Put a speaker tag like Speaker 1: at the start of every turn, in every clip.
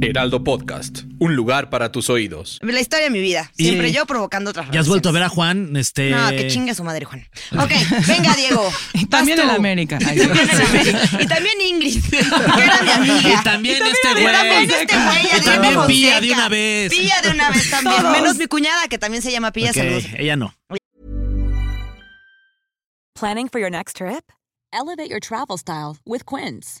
Speaker 1: Heraldo Podcast, un lugar para tus oídos.
Speaker 2: La historia de mi vida.
Speaker 3: Y-
Speaker 2: Siempre yo provocando otras
Speaker 3: ¿Ya has
Speaker 2: relaciones.
Speaker 3: vuelto a ver a Juan? Este...
Speaker 2: No, que chingue su madre, Juan. Ok, venga, Diego. vas
Speaker 4: También
Speaker 2: tú.
Speaker 4: en América. Ay,
Speaker 2: También en América. Y también Ingrid, que era mi amiga.
Speaker 3: Y también este
Speaker 2: Y también
Speaker 3: güey.
Speaker 2: este güey,
Speaker 3: Y
Speaker 2: Diego
Speaker 3: también
Speaker 2: Fonseca.
Speaker 3: Pía de una vez.
Speaker 2: Pía de una vez también.
Speaker 4: Todos.
Speaker 2: Menos mi cuñada, que también se llama Pía.
Speaker 3: Ok,
Speaker 2: Saludos.
Speaker 3: ella no.
Speaker 5: Planning for your next trip? Elevate your travel style with Quince.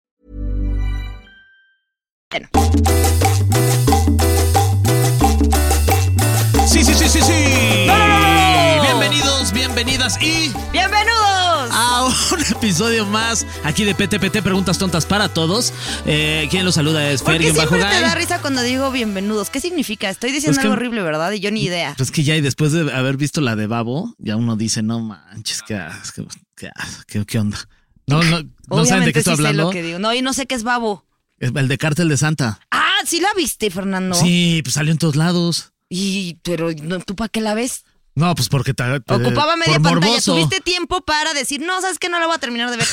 Speaker 3: Sí, sí, sí, sí, sí. Bienvenidos, bienvenidas y
Speaker 2: ¡Bienvenidos!
Speaker 3: a un episodio más aquí de PTPT Preguntas Tontas para Todos. Eh, quien los saluda es
Speaker 2: ¿Por qué
Speaker 3: Fergin Bajo
Speaker 2: siempre te da
Speaker 3: Guy.
Speaker 2: risa cuando digo bienvenidos? ¿Qué significa? Estoy diciendo
Speaker 3: que-
Speaker 2: algo horrible, ¿verdad? Y yo ni idea.
Speaker 3: Pues que ya, y después de haber visto la de Babo, ya uno dice, no manches, qué, as- qué, qué as- qué- qué onda. No, no, no saben de qué
Speaker 2: Obviamente
Speaker 3: estoy
Speaker 2: sí sé
Speaker 3: hablando.
Speaker 2: lo que digo. No, y no sé qué es babo.
Speaker 3: El de Cártel de Santa.
Speaker 2: Ah, sí la viste, Fernando.
Speaker 3: Sí, pues salió en todos lados.
Speaker 2: Y, pero, ¿no- ¿tú para qué la ves?
Speaker 3: No, pues porque ta- eh,
Speaker 2: Ocupaba media
Speaker 3: por
Speaker 2: pantalla.
Speaker 3: morboso.
Speaker 2: Tuviste tiempo para decir, no, ¿sabes qué? No la voy a terminar de ver.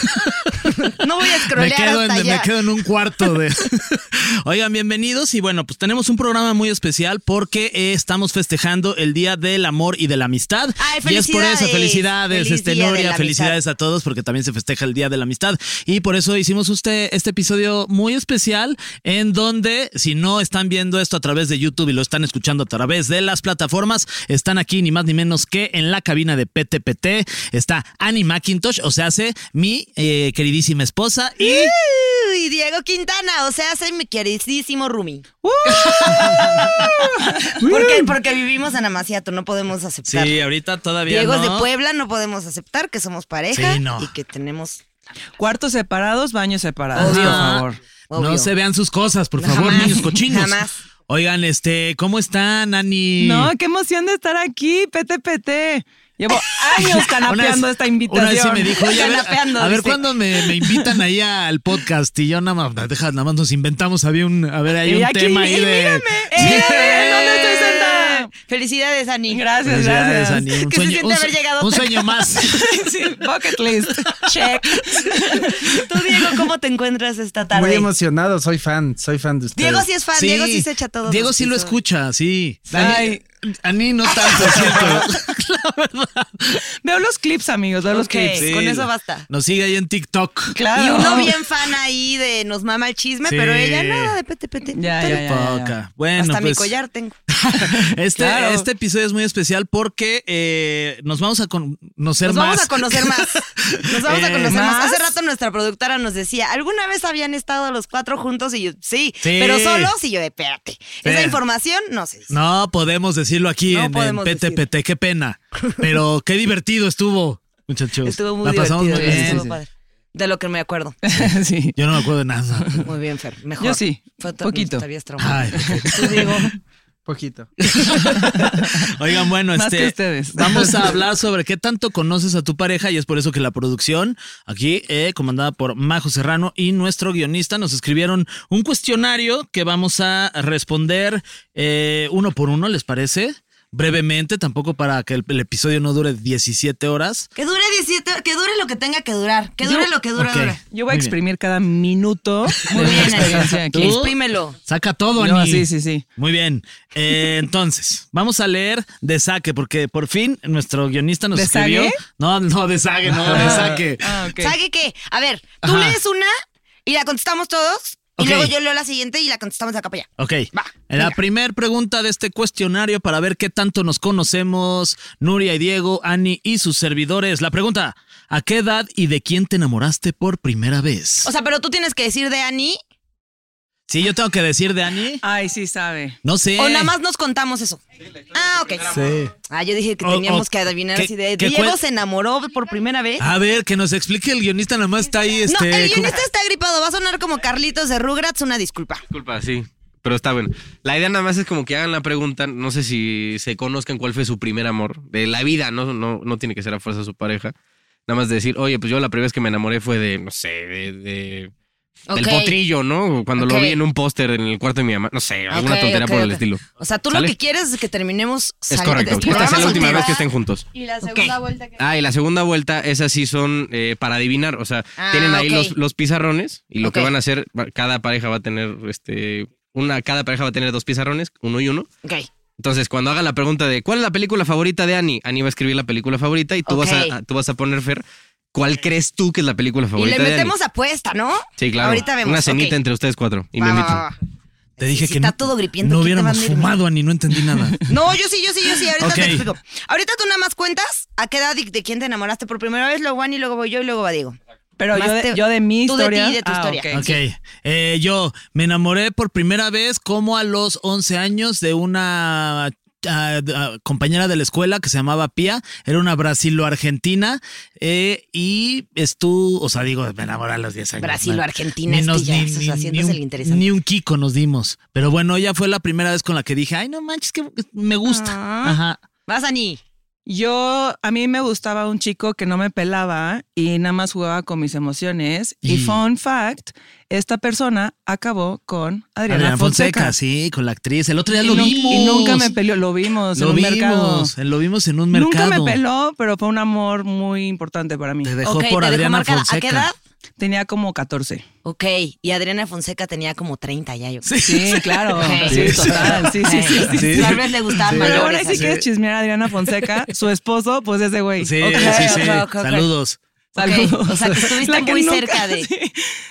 Speaker 2: no voy a
Speaker 3: Me
Speaker 2: scrollear
Speaker 3: quedo, en,
Speaker 2: hasta allá.
Speaker 3: me quedo en un cuarto de... Oigan, bienvenidos y bueno, pues tenemos un programa muy especial porque eh, estamos festejando el Día del Amor y de la Amistad.
Speaker 2: Ay,
Speaker 3: Y es por eso,
Speaker 2: felicidades.
Speaker 3: felicidades,
Speaker 2: Feliz
Speaker 3: este,
Speaker 2: Día de
Speaker 3: Nuria,
Speaker 2: la
Speaker 3: felicidades a todos porque también se festeja el Día de la Amistad. Y por eso hicimos este, este episodio muy especial en donde si no están viendo esto a través de YouTube y lo están escuchando a través de las plataformas, están aquí ni más ni menos que en la cabina de PTPT. Está Annie McIntosh, o sea, hace mi eh, queridísima esposa y...
Speaker 2: Uy, Diego Quintana, o sea, soy mi queridísimo Rumi. porque, porque vivimos en Amaciato, no podemos aceptar.
Speaker 3: Sí, ahorita todavía
Speaker 2: Diego es
Speaker 3: no.
Speaker 2: de Puebla, no podemos aceptar que somos pareja
Speaker 3: Sí, no.
Speaker 2: y que tenemos.
Speaker 4: Cuartos separados, baños separados, por
Speaker 3: Ajá.
Speaker 4: favor.
Speaker 2: Obvio.
Speaker 3: No se vean sus cosas, por favor,
Speaker 2: Jamás,
Speaker 3: niños cochinos.
Speaker 2: jamás.
Speaker 3: Oigan, este, ¿cómo están, Ani?
Speaker 4: No, qué emoción de estar aquí, PTPT. Llevo años
Speaker 3: Una
Speaker 4: canapeando
Speaker 3: vez-
Speaker 4: esta invitación.
Speaker 3: Una vez sí me dijo, oye, a ver,
Speaker 2: Canapeando,
Speaker 3: a ver
Speaker 2: dice.
Speaker 3: cuándo me, me invitan ahí al podcast y yo nada más, deja, nada más nos inventamos, había un, a ver, hay
Speaker 4: Y
Speaker 3: un
Speaker 4: aquí,
Speaker 3: tema ahí
Speaker 4: y
Speaker 3: de...
Speaker 4: mírame,
Speaker 3: Sí.
Speaker 4: mírame, ¿dónde estoy sentada?
Speaker 3: ¡Eh!
Speaker 2: Felicidades, Ani.
Speaker 4: Gracias,
Speaker 3: Felicidades,
Speaker 4: gracias.
Speaker 3: Ani, un
Speaker 2: Que se
Speaker 3: sueño,
Speaker 2: siente
Speaker 3: un,
Speaker 2: haber llegado
Speaker 3: un
Speaker 2: tan-
Speaker 3: sueño más.
Speaker 4: Sí, bucket list. Check.
Speaker 2: Tú, Diego, ¿cómo te encuentras esta tarde?
Speaker 6: Muy emocionado, soy fan, soy fan de ustedes.
Speaker 2: Diego sí es fan, Diego sí se echa todo.
Speaker 3: Diego sí lo escucha, sí. Ani,
Speaker 4: Ay.
Speaker 3: Ani no tanto, es cierto.
Speaker 4: Veo los clips, amigos, veo los
Speaker 2: Ok.
Speaker 4: clips.
Speaker 2: Con eso basta.
Speaker 3: Nos sigue ahí en TikTok.
Speaker 4: Claro.
Speaker 2: Y uno bien fan ahí de Nos Mama el Chisme,
Speaker 3: Sí.
Speaker 2: pero ella nada de pete pete.
Speaker 4: Ya, ya, ya, ya, ya.
Speaker 3: Poca. Bueno,
Speaker 2: Hasta mi
Speaker 3: pues,
Speaker 2: collar tengo.
Speaker 3: Este,
Speaker 4: Claro.
Speaker 3: este episodio es muy especial porque eh, nos vamos a conocer
Speaker 2: Nos
Speaker 3: más.
Speaker 2: vamos a conocer más. Nos vamos a
Speaker 3: Eh,
Speaker 2: conocer más.
Speaker 4: ¿más?
Speaker 2: Hace rato nuestra productora nos decía, ¿alguna vez habían estado los cuatro juntos? Y yo, sí,
Speaker 3: Sí.
Speaker 2: pero solos. Y yo, espérate. Esa información no se dice.
Speaker 3: No podemos decirlo aquí
Speaker 2: No
Speaker 3: en, en
Speaker 2: podemos
Speaker 3: PTPT, qué pena. Pero qué divertido estuvo, muchachos.
Speaker 2: Estuvo muy
Speaker 3: pues, La pasamos
Speaker 2: divertido. ¿eh?
Speaker 3: muy bien.
Speaker 2: estuvo
Speaker 3: Sí, sí.
Speaker 2: padre. De lo que me acuerdo.
Speaker 4: sí.
Speaker 3: Yo no me acuerdo de nada.
Speaker 2: Muy bien, Fer. Mejor.
Speaker 4: Yo sí,
Speaker 2: Fue to-
Speaker 4: poquito.
Speaker 2: Estarías traumado.
Speaker 3: Ay.
Speaker 2: Tú, Diego.
Speaker 6: Poquito.
Speaker 3: Oigan, bueno,
Speaker 4: Más
Speaker 3: este,
Speaker 4: que ustedes.
Speaker 3: vamos a hablar sobre qué tanto conoces a tu pareja y es por eso que la producción, aquí eh, comandada por Majo Serrano y nuestro guionista, nos escribieron un cuestionario que vamos a responder eh, uno por uno, ¿les parece? Brevemente, tampoco para que el, el episodio no dure 17 horas.
Speaker 2: Que dure 17, que dure lo que tenga que durar. Que dure
Speaker 4: Yo-
Speaker 2: lo que dura,
Speaker 3: Ok.
Speaker 2: dura.
Speaker 4: Yo voy
Speaker 3: Muy
Speaker 4: a
Speaker 3: bien.
Speaker 4: exprimir cada minuto
Speaker 2: Muy
Speaker 4: de mi
Speaker 2: bien,
Speaker 4: experiencia
Speaker 2: Ani.
Speaker 4: aquí.
Speaker 2: Exprímelo.
Speaker 3: Saca todo,
Speaker 4: No,
Speaker 3: Ani.
Speaker 4: sí, sí, sí.
Speaker 3: Muy bien. Eh, entonces, vamos a leer de saque, porque por fin nuestro guionista nos
Speaker 4: ¿De
Speaker 3: escribió.
Speaker 4: saque?
Speaker 3: No, no, de saque, no, de saque.
Speaker 4: Ah, ok.
Speaker 2: ¿Sabe qué? A ver, tú
Speaker 3: Ajá.
Speaker 2: lees una y la contestamos todos. Y
Speaker 3: Ok.
Speaker 2: luego yo leo la siguiente y la contestamos de acá para allá.
Speaker 3: Ok.
Speaker 2: Va,
Speaker 3: la primera pregunta de este cuestionario para ver qué tanto nos conocemos, Nuria y Diego, Ani y sus servidores. La pregunta: ¿a qué edad y de quién te enamoraste por primera vez?
Speaker 2: O sea, pero tú tienes que decir de Ani
Speaker 3: sí, yo tengo que decir de Ani.
Speaker 4: Ay, sí sabe.
Speaker 3: No sé.
Speaker 2: o nada más nos contamos eso. Ah, ok.
Speaker 6: Sí.
Speaker 2: Ah, yo dije que
Speaker 3: O-
Speaker 2: teníamos
Speaker 3: o-
Speaker 2: que adivinar
Speaker 3: ¿qué-
Speaker 2: así de
Speaker 3: qué
Speaker 2: Diego
Speaker 3: cuen-
Speaker 2: se enamoró por primera vez.
Speaker 7: Ah,
Speaker 3: A ver, que nos explique el guionista, nada más está ahí. Este,
Speaker 2: no, el
Speaker 3: como-
Speaker 2: guionista está gripado, va a sonar como Carlitos de Rugrats, una disculpa.
Speaker 7: Disculpa, sí. pero está bueno. La idea nada más es como que hagan la pregunta, no sé si se conozcan cuál fue su primer amor de la vida, no, no, no tiene que ser a fuerza su pareja. Nada más decir, oye, pues yo la primera vez que me enamoré fue de, no sé, de, de- del
Speaker 2: Ok.
Speaker 7: potrillo, ¿no? Cuando
Speaker 2: Ok.
Speaker 7: lo vi en un póster en el cuarto de mi mamá, no sé, alguna
Speaker 2: Ok,
Speaker 7: tontería
Speaker 2: ok,
Speaker 7: por el
Speaker 2: ok.
Speaker 7: estilo.
Speaker 2: O sea, tú lo
Speaker 7: ¿Sale?
Speaker 2: que quieres es que terminemos
Speaker 7: Es
Speaker 2: saliendo de
Speaker 7: correcto.
Speaker 2: este
Speaker 7: Esta es la
Speaker 2: programa
Speaker 7: última
Speaker 2: soltera.
Speaker 7: vez que estén juntos.
Speaker 8: Y la segunda vuelta que.
Speaker 7: Ah, y la segunda vuelta, esas sí son eh, para adivinar. O sea,
Speaker 2: Ah,
Speaker 7: tienen ahí
Speaker 2: ok.
Speaker 7: los, los pizarrones y lo
Speaker 2: Ok.
Speaker 7: que van a hacer, va- cada pareja va a tener este. Una, cada pareja va a tener dos pizarrones, uno y uno.
Speaker 2: Ok.
Speaker 7: Entonces, cuando haga la pregunta de ¿cuál es la película favorita de Annie? Annie va a escribir la película favorita y tú, vas,
Speaker 2: Ok.
Speaker 7: a, a- tú vas a poner Fer. ¿Cuál crees tú que es la película
Speaker 2: Y
Speaker 7: favorita
Speaker 2: le
Speaker 7: de Annie?
Speaker 2: metemos apuesta, ¿no?
Speaker 7: Sí, claro.
Speaker 2: Ahorita vemos.
Speaker 7: Una cenita
Speaker 2: ok.
Speaker 7: entre ustedes cuatro. Y
Speaker 2: Va,
Speaker 7: me
Speaker 2: va,
Speaker 7: invitan.
Speaker 2: va, va.
Speaker 3: Te dije
Speaker 2: Si
Speaker 3: que
Speaker 2: Ah. está
Speaker 3: no-
Speaker 2: todo gripiento,
Speaker 3: no
Speaker 2: ¿quién te va a
Speaker 3: hubiéramos
Speaker 2: andar-
Speaker 3: fumado, Ani, no entendí nada.
Speaker 2: No, yo sí, yo sí, yo sí. Ahorita
Speaker 3: Ok.
Speaker 2: te explico. Ahorita tú nada más cuentas a qué edad y de quién te enamoraste por primera vez, luego Juan y luego voy yo y luego va Diego.
Speaker 4: Pero
Speaker 2: Más
Speaker 4: yo
Speaker 2: te-
Speaker 4: de, yo de mi
Speaker 2: tú de ti
Speaker 4: historia.
Speaker 2: y de tu
Speaker 4: Ah,
Speaker 2: historia.
Speaker 4: ok.
Speaker 3: Ok, Eh, yo me enamoré por primera vez como a los 11 años de una ah, d- ah, compañera de la escuela que se llamaba Pía, era una brasilo-argentina eh, y estuvo, o sea, digo, me enamoré a los 10 años.
Speaker 2: Brasilo-argentina,
Speaker 3: Ni
Speaker 2: es que ya, eso es
Speaker 3: ni,
Speaker 2: haciéndose
Speaker 3: un,
Speaker 2: el interesante.
Speaker 3: ni un Kiko nos dimos, pero bueno, ella fue la primera vez con la que dije, ay, no manches, que me gusta.
Speaker 2: Ah.
Speaker 3: Ajá.
Speaker 2: Vas, Ani.
Speaker 4: Yo, a mí me gustaba un chico que no me pelaba y nada más jugaba con mis emociones. Y,
Speaker 3: Y-
Speaker 4: fun fact, esta persona acabó con Adriana,
Speaker 3: Adriana Fonseca.
Speaker 4: Fonseca.
Speaker 3: sí, con la actriz. El otro día
Speaker 4: Y
Speaker 3: lo
Speaker 4: nu-
Speaker 3: vimos.
Speaker 4: Y nunca me peleó, lo vimos en
Speaker 3: Lo
Speaker 4: un mercado.
Speaker 3: vimos, lo vimos en un mercado.
Speaker 4: Nunca me peló, pero fue un amor muy importante para mí.
Speaker 3: Te dejó
Speaker 2: ok, te dejó
Speaker 3: por Adriana
Speaker 2: marcada.
Speaker 3: Fonseca.
Speaker 2: ¿A qué edad?
Speaker 4: Tenía como 14.
Speaker 2: Ok, y Adriana Fonseca tenía como 30 ya, yo creo.
Speaker 3: Sí,
Speaker 4: Sí, claro.
Speaker 2: Ok.
Speaker 4: Sí, total. Sí, sí, sí. sí, sí.
Speaker 2: Tal vez le gustaban
Speaker 3: Sí.
Speaker 4: Pero ahora
Speaker 2: mayores.
Speaker 4: sí
Speaker 2: así.
Speaker 4: quieres chismear a Adriana Fonseca, su esposo, pues ese güey.
Speaker 3: Sí,
Speaker 4: Ok.
Speaker 3: sí, sí.
Speaker 2: ok, ok, ok.
Speaker 3: Saludos.
Speaker 2: Ok,
Speaker 4: Saludos.
Speaker 2: o sea, que estuviste
Speaker 4: La que
Speaker 2: muy
Speaker 4: nunca-
Speaker 2: cerca de-
Speaker 4: sí,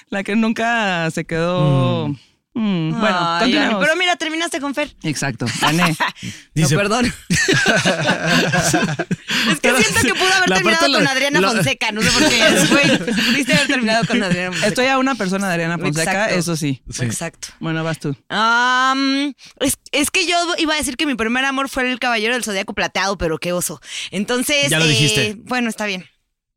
Speaker 4: la que nunca se quedó. Mm, bueno,
Speaker 2: Ay,
Speaker 4: continuemos.
Speaker 2: Pero mira, terminaste con Fer.
Speaker 4: Exacto, gané.
Speaker 3: Dice-
Speaker 2: No, perdón. es que siento que pudo haber
Speaker 3: La
Speaker 2: terminado
Speaker 3: parte
Speaker 2: con
Speaker 3: la-
Speaker 2: Adriana
Speaker 3: la-
Speaker 2: Fonseca. No sé por qué. güey. Pudiste haber terminado con Adriana Fonseca.
Speaker 4: Estoy a una persona de Adriana Fonseca,
Speaker 2: Exacto.
Speaker 4: eso sí.
Speaker 2: Exacto.
Speaker 4: Bueno, vas tú.
Speaker 2: Am, es, es que yo iba a decir que mi primer amor fue el caballero del zodiaco plateado, pero qué oso. Entonces. eh,
Speaker 3: Ya lo dijiste.
Speaker 2: Bueno, está bien.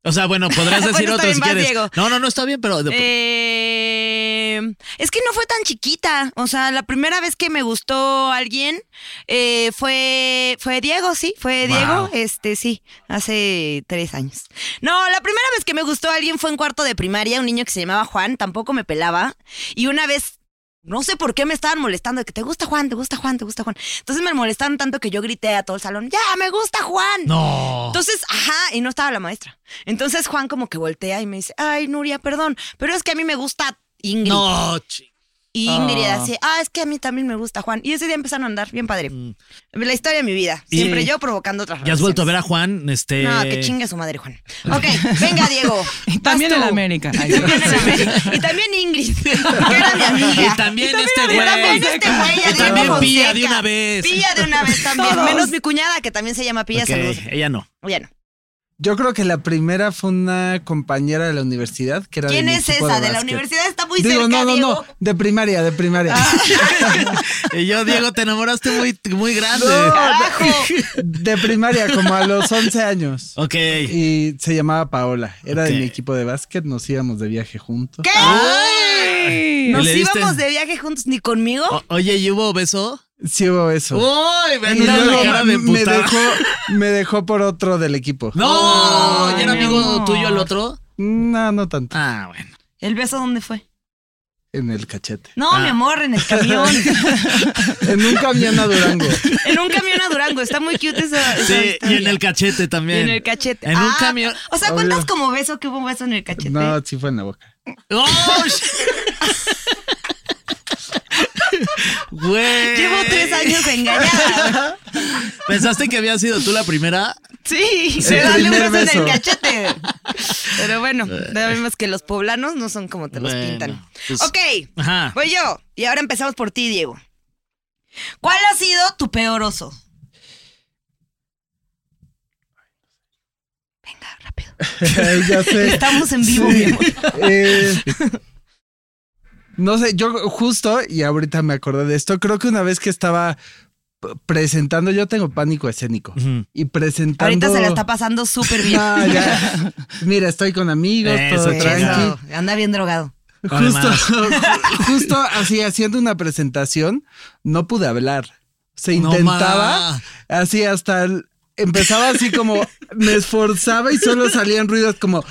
Speaker 3: O sea, bueno, podrás decir
Speaker 2: Bueno, está
Speaker 3: otro
Speaker 2: bien,
Speaker 3: si
Speaker 2: vas,
Speaker 3: quieres.
Speaker 2: Diego.
Speaker 3: No, no, no está bien, pero de-
Speaker 2: Eh, es que no fue tan chiquita. O sea, la primera vez que me gustó alguien eh, fue, fue Diego, sí, fue
Speaker 3: Wow.
Speaker 2: Diego. Este, sí, hace tres años. No, la primera vez que me gustó alguien fue en cuarto de primaria, un niño que se llamaba Juan, tampoco me pelaba. Y una vez. No sé por qué me estaban molestando de que te gusta Juan, te gusta Juan, te gusta Juan. Entonces me molestaron tanto que yo grité a todo el salón, ya, me gusta Juan.
Speaker 3: no.
Speaker 2: Entonces, ajá, y no estaba la maestra. Entonces Juan como que voltea y me dice, ay, Nuria, perdón, pero es que a mí me gusta Ingrid.
Speaker 3: No, chi-
Speaker 2: Y Ingrid
Speaker 4: Ah.
Speaker 2: así, ah, es que a mí también me gusta Juan. Y ese día empezaron a andar, bien padre. La historia de mi vida,
Speaker 3: Mm. Y-
Speaker 2: siempre yo provocando otras
Speaker 3: Ya has
Speaker 2: relaciones.
Speaker 3: vuelto a ver a Juan, este.
Speaker 2: No, que chingue su madre, Juan. Ok, venga, Diego. vas
Speaker 4: También
Speaker 2: tú.
Speaker 4: en América. Ay,
Speaker 2: Y también en América. Y también Ingrid, que era mi amiga.
Speaker 3: Y también este
Speaker 2: Y también
Speaker 3: güey.
Speaker 2: este güey,
Speaker 3: Y
Speaker 2: Adriana
Speaker 3: también Pía de
Speaker 2: Fonseca.
Speaker 3: una vez.
Speaker 2: Pilla de una vez también.
Speaker 4: Todos.
Speaker 2: Menos mi cuñada, que también se llama Pilla,
Speaker 3: Ok,
Speaker 2: saludos.
Speaker 3: Ella no.
Speaker 2: Bueno,
Speaker 6: Yo creo que la primera fue una compañera de la universidad que era de
Speaker 2: ¿quién
Speaker 6: mi
Speaker 2: es
Speaker 6: equipo
Speaker 2: esa? De la
Speaker 6: básquet.
Speaker 2: universidad está muy
Speaker 6: Digo,
Speaker 2: cerca,
Speaker 6: no, no,
Speaker 2: Diego.
Speaker 6: no, de primaria, de primaria.
Speaker 3: Ah. Y yo, Diego, te enamoraste muy, muy grande.
Speaker 2: ¡Carajo!
Speaker 6: De primaria, como a los 11 años.
Speaker 3: Ok.
Speaker 6: Y se llamaba Paola, era
Speaker 3: Ok.
Speaker 6: de mi equipo de básquet, nos íbamos de viaje juntos.
Speaker 2: ¿Qué?
Speaker 3: ¿Y
Speaker 2: Nos
Speaker 3: le diste? Oh.
Speaker 2: íbamos de viaje juntos, ni conmigo.
Speaker 3: O- oye, ¿y hubo beso?
Speaker 6: Sí hubo eso.
Speaker 3: ¡Uy! Me
Speaker 6: y
Speaker 3: mira la
Speaker 6: luego
Speaker 3: cara de
Speaker 6: me
Speaker 3: puta.
Speaker 6: dejó, me dejó por otro del equipo.
Speaker 3: No,
Speaker 4: Ay,
Speaker 3: ¿ya era
Speaker 4: mi
Speaker 3: amigo
Speaker 4: amor.
Speaker 3: tuyo el otro?
Speaker 6: No, no tanto.
Speaker 3: Ah, bueno.
Speaker 2: ¿El beso dónde fue?
Speaker 6: En el cachete.
Speaker 2: No,
Speaker 3: Ah.
Speaker 2: mi amor, en el camión.
Speaker 6: En un camión a Durango.
Speaker 2: en un camión a Durango. Está muy cute esa. esa
Speaker 3: Sí, y
Speaker 2: historia.
Speaker 3: en el cachete
Speaker 2: Y
Speaker 3: también.
Speaker 2: en el cachete.
Speaker 3: En un
Speaker 2: Ah,
Speaker 3: camión.
Speaker 2: O sea, cuentas
Speaker 6: Obvio.
Speaker 2: como beso que hubo un beso en el cachete.
Speaker 6: No, sí fue en la boca.
Speaker 3: ¡Oh! sh- Güey.
Speaker 2: Llevo tres años engañada.
Speaker 3: ¿Pensaste que había sido tú la primera?
Speaker 2: Sí,
Speaker 6: Sí,
Speaker 2: de darle un beso,
Speaker 6: primer
Speaker 2: en el
Speaker 6: beso.
Speaker 2: cachete. Pero bueno, sabemos que los poblanos no son como te los
Speaker 3: Eh. Bueno,
Speaker 2: pintan.
Speaker 3: pues-
Speaker 2: ok,
Speaker 3: Ajá.
Speaker 2: voy yo. Y ahora empezamos por ti, Diego. ¿Cuál ha sido tu peor oso? Venga, rápido.
Speaker 6: ya sé.
Speaker 2: Estamos en vivo,
Speaker 6: Eh, Sí.
Speaker 2: mi amor.
Speaker 6: Eh, no sé, yo justo, y ahorita me acordé de esto, creo que una vez que estaba p- presentando, yo tengo pánico escénico,
Speaker 3: Ujú.
Speaker 6: y presentando...
Speaker 2: Ahorita se la está pasando súper bien.
Speaker 6: No, ya. Mira, estoy con amigos,
Speaker 3: Eso,
Speaker 6: todo
Speaker 2: Eso,
Speaker 6: tranqui.
Speaker 2: anda bien drogado.
Speaker 6: Justo,
Speaker 3: Además.
Speaker 6: justo así haciendo una presentación, no pude hablar. Se
Speaker 3: No
Speaker 6: intentaba,
Speaker 3: ma.
Speaker 6: así hasta el- empezaba así como me esforzaba y solo salían ruidos como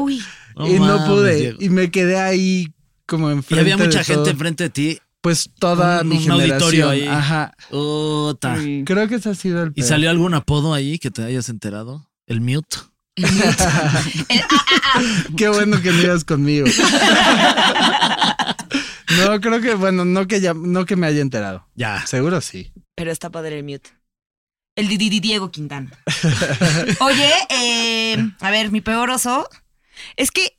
Speaker 2: Uy.
Speaker 6: y no
Speaker 3: mames,
Speaker 6: pude
Speaker 3: Diego.
Speaker 6: y me quedé ahí como
Speaker 3: Y
Speaker 6: enfrente.
Speaker 3: había mucha
Speaker 6: de todo.
Speaker 3: gente enfrente de ti.
Speaker 6: pues toda
Speaker 3: Un-
Speaker 6: mi
Speaker 3: un auditorio
Speaker 6: generación.
Speaker 3: ahí.
Speaker 6: Ajá.
Speaker 3: Puta.
Speaker 4: Sí.
Speaker 6: Creo que ese ha sido el
Speaker 3: ¿Y
Speaker 6: peor.
Speaker 3: salió algún apodo ahí que te hayas enterado? El mute.
Speaker 6: Qué bueno que no ibas conmigo. no, creo que bueno, no que ya no que me haya enterado.
Speaker 3: Ya.
Speaker 6: Seguro sí.
Speaker 2: Pero está padre el mute. El di- di- di- Diego Quintana. Oye, eh, a ver, mi peor oso es que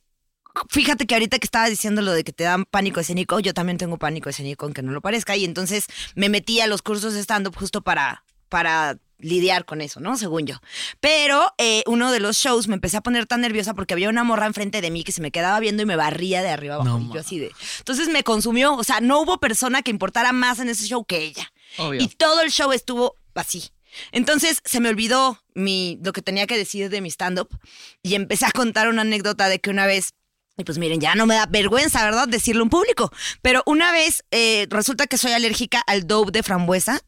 Speaker 2: fíjate que ahorita que estaba diciendo lo de que te dan pánico escénico, yo también tengo pánico escénico, aunque no lo parezca, y entonces me metí a los cursos de stand-up justo para, para lidiar con eso, ¿no? Según yo. Pero eh, uno de los shows me empecé a poner tan nerviosa porque había una morra enfrente de mí que se me quedaba viendo y me barría de arriba abajo.
Speaker 3: No
Speaker 2: y yo
Speaker 3: ma-
Speaker 2: así de... Entonces me consumió, o sea, no hubo persona que importara más en ese show que ella.
Speaker 7: Obvio.
Speaker 2: Y todo el show estuvo así. Entonces se me olvidó mi, lo que tenía que decir de mi stand-up y empecé a contar una anécdota de que una vez, y pues miren, ya no me da vergüenza, ¿verdad? Decirlo en público, pero una vez eh, resulta que soy alérgica al dope de frambuesa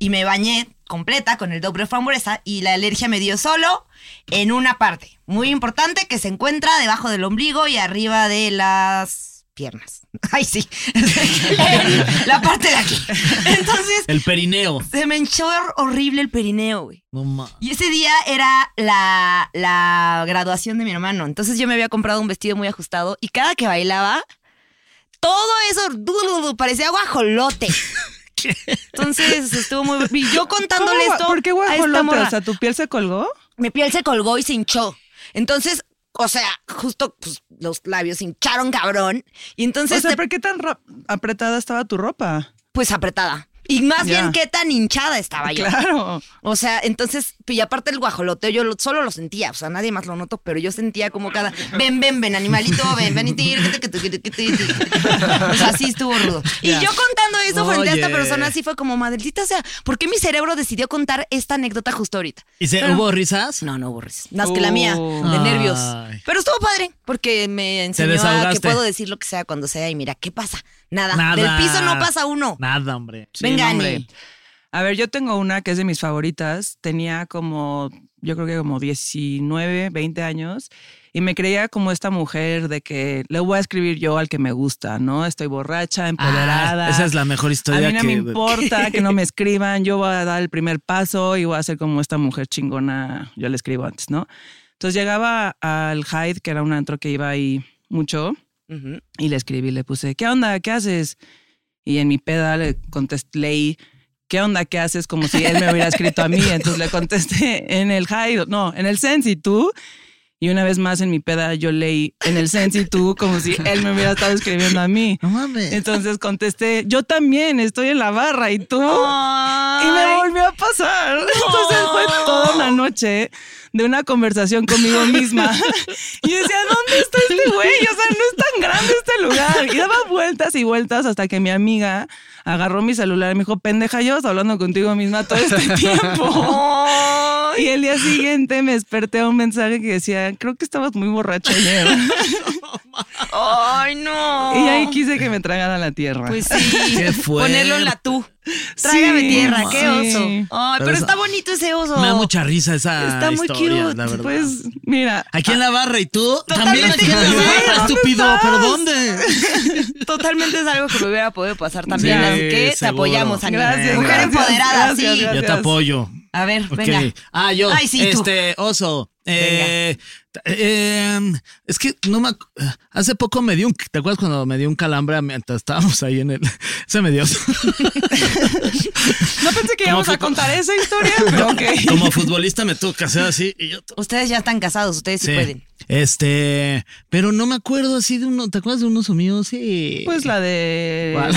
Speaker 2: y me bañé completa con el doble frambuesa y la alergia me dio solo en una parte muy importante que se encuentra debajo del ombligo y arriba de las piernas. Ay, sí. En la parte de aquí. Entonces,
Speaker 3: El perineo.
Speaker 2: se me hinchó horrible el perineo, güey.
Speaker 3: No ma-
Speaker 2: Y ese día era la, la graduación de mi hermano. Entonces yo me había comprado un vestido muy ajustado y cada que bailaba, todo eso du- du- du- parecía guajolote. Entonces estuvo muy. Y yo contándole
Speaker 4: ¿Cómo gua-
Speaker 2: esto.
Speaker 4: ¿Por qué
Speaker 2: a esta
Speaker 4: guajolote?
Speaker 2: morra,
Speaker 4: O sea, ¿tu piel se colgó?
Speaker 2: Mi piel se colgó y se hinchó. Entonces, o sea, justo pues, los labios se hincharon, cabrón. Y entonces,
Speaker 4: O sea,
Speaker 2: te-
Speaker 4: ¿por qué tan ro- apretada estaba tu ropa?
Speaker 2: pues apretada. Y más
Speaker 4: Ya.
Speaker 2: bien, qué tan hinchada estaba yo.
Speaker 4: Claro.
Speaker 2: O sea, entonces, y aparte el guajoloteo, yo lo- solo lo sentía, o sea, nadie más lo notó, pero yo sentía como cada, ven, ven, ven, animalito, ven, ven y tir, que te- que te- que te- que te- que te". O sea, así estuvo rudo. Y yo contando eso frente a esta
Speaker 3: Oye.
Speaker 2: persona, así fue como, madrecita, o sea, ¿por qué mi cerebro decidió contar esta anécdota justo ahorita?
Speaker 3: ¿Y se,
Speaker 2: Pero-
Speaker 3: hubo risas?
Speaker 2: No, no, borres. Más que la mía,
Speaker 4: Oh.
Speaker 2: de nervios.
Speaker 3: Ay.
Speaker 2: Pero estuvo padre, porque me enseñó a que
Speaker 3: desahogaste.
Speaker 2: puedo decir lo que sea cuando sea, y mira, ¿qué pasa? Nada.
Speaker 3: Nada.
Speaker 2: Del piso no pasa uno.
Speaker 3: Nada, hombre.
Speaker 4: Sí,
Speaker 2: Venga,
Speaker 4: no, hombre.
Speaker 2: Ani.
Speaker 4: A ver, yo tengo una que es de mis favoritas. Tenía como, yo creo que como 19, 20 años. Y me creía como esta mujer de que le voy a escribir yo al que me gusta, ¿no? Estoy borracha, empoderada.
Speaker 3: Ah, esa es la mejor historia
Speaker 4: A mí no
Speaker 3: que-
Speaker 4: me importa que no me escriban. Yo voy a dar el primer paso y voy a ser como esta mujer chingona. Yo le escribo antes, ¿no? Entonces llegaba al Hyde, que era un antro que iba ahí mucho.
Speaker 2: Ujú.
Speaker 4: Y le escribí, le puse, ¿qué onda? ¿Qué haces? Y en mi peda le contesté, leí, ¿qué onda? ¿Qué haces? Como si él me hubiera escrito a mí. Entonces le contesté en el high, no, en el sense y tú. Y una vez más en mi peda yo leí en el sense y tú como si él me hubiera estado escribiendo a mí.
Speaker 3: No mames.
Speaker 4: Entonces contesté, yo también estoy en la barra y tú. Y me
Speaker 2: Ay.
Speaker 4: volvió a pasar. Entonces fue toda una noche de una conversación conmigo misma. Y decía, ¿dónde está este güey? O sea, no es tan grande este lugar. Y daba vueltas y vueltas hasta que mi amiga agarró mi celular y me dijo, pendeja, llevas hablando contigo misma todo este tiempo. Y el día siguiente me desperté a un mensaje que decía, creo que estabas muy borracho ayer.
Speaker 2: Ay, no.
Speaker 4: Y ahí quise que me tragara la tierra.
Speaker 2: Pues sí.
Speaker 3: Qué fuerte.
Speaker 2: Ponerlo en la tú. Trágame
Speaker 4: Sí,
Speaker 2: tierra,
Speaker 4: sí.
Speaker 2: qué oso. Ay, pero
Speaker 3: Pero
Speaker 2: está
Speaker 3: esa-
Speaker 2: bonito ese oso.
Speaker 3: Me da mucha risa esa
Speaker 2: Está muy
Speaker 3: historia,
Speaker 2: cute,
Speaker 3: la verdad.
Speaker 4: Pues mira,
Speaker 3: Aquí en la barra y tú también
Speaker 2: Totalmente
Speaker 3: aquí en la
Speaker 2: cute.
Speaker 3: barra,
Speaker 2: ¿Dónde
Speaker 3: estúpido.
Speaker 2: estás?
Speaker 3: ¿Pero dónde?
Speaker 2: Totalmente es algo que me hubiera podido pasar también.
Speaker 3: Sí,
Speaker 2: así que te
Speaker 3: seguro.
Speaker 2: apoyamos, Ani.
Speaker 4: Gracias,
Speaker 2: Mujer
Speaker 4: gracias,
Speaker 2: empoderada,
Speaker 4: gracias,
Speaker 2: sí.
Speaker 4: gracias.
Speaker 3: Yo te apoyo.
Speaker 2: A ver,
Speaker 3: Ok.
Speaker 2: venga.
Speaker 3: Ah, yo.
Speaker 2: Ay, sí, tú.
Speaker 3: este, oso. eh, eh, es que no me. ac- Hace poco me dio un. ¿Te acuerdas cuando me dio un calambre mientras estábamos ahí en el. Se me dio.
Speaker 4: no pensé que íbamos a
Speaker 3: fue-
Speaker 4: contar esa historia, pero ok.
Speaker 3: Como futbolista me tuvo que hacer así y yo.
Speaker 2: Ustedes ya están casados, ustedes sí,
Speaker 3: Sí.
Speaker 2: pueden.
Speaker 3: Este, pero no me acuerdo así de uno. ¿Te acuerdas de un oso mío? Sí.
Speaker 4: Pues la de.
Speaker 3: ¿Cuál?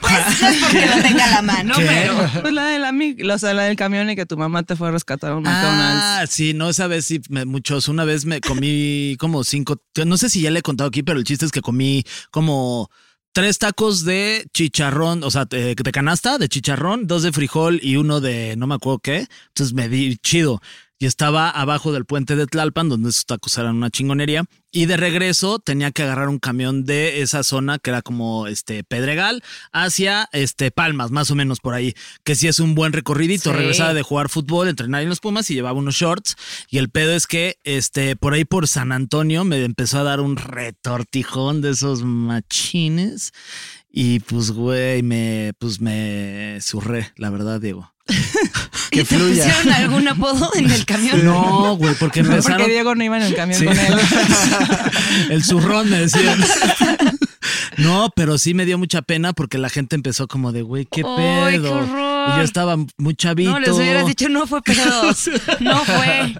Speaker 2: Pues no es porque lo tenga la mano,
Speaker 3: ¿Qué?
Speaker 2: pero.
Speaker 4: Pues la del amigo, o sea, la del camión y que tu mamá te fue a rescatar a un
Speaker 3: Ah,
Speaker 4: McDonald's.
Speaker 3: sí, no, esa vez sí, me- muchos. Una vez me comí como cinco. No sé si ya le he contado aquí, pero el chiste es que comí como tres tacos de chicharrón, o sea, de, de canasta, de chicharrón, dos de frijol y uno de no me acuerdo qué. Entonces me di chido. y estaba abajo del puente de Tlalpan, donde esos tacos eran una chingonería. Y de regreso tenía que agarrar un camión de esa zona que era como este Pedregal hacia este Palmas, más o menos por ahí, que sí es un buen recorridito.
Speaker 2: Sí.
Speaker 3: Regresaba de jugar fútbol, entrenar en los Pumas y llevaba unos shorts. Y el pedo es que este por ahí por San Antonio me empezó a dar un retortijón de esos machines. Y pues, güey, me, pues me surré, la verdad, Diego.
Speaker 6: Que
Speaker 2: ¿Te
Speaker 6: fluya.
Speaker 2: pusieron algún apodo en el camión?
Speaker 3: No, güey, porque
Speaker 4: Porque
Speaker 3: empezaron.
Speaker 4: Diego no iba en el camión
Speaker 3: Sí.
Speaker 4: con él.
Speaker 3: El zurrón, me decían. No, pero sí me dio mucha pena porque la gente empezó como de, güey, qué
Speaker 2: Ay, qué
Speaker 3: pedo.
Speaker 2: horror.
Speaker 3: y yo estaba muy chavito.
Speaker 2: No, les hubieras dicho, no fue pedo. No fue.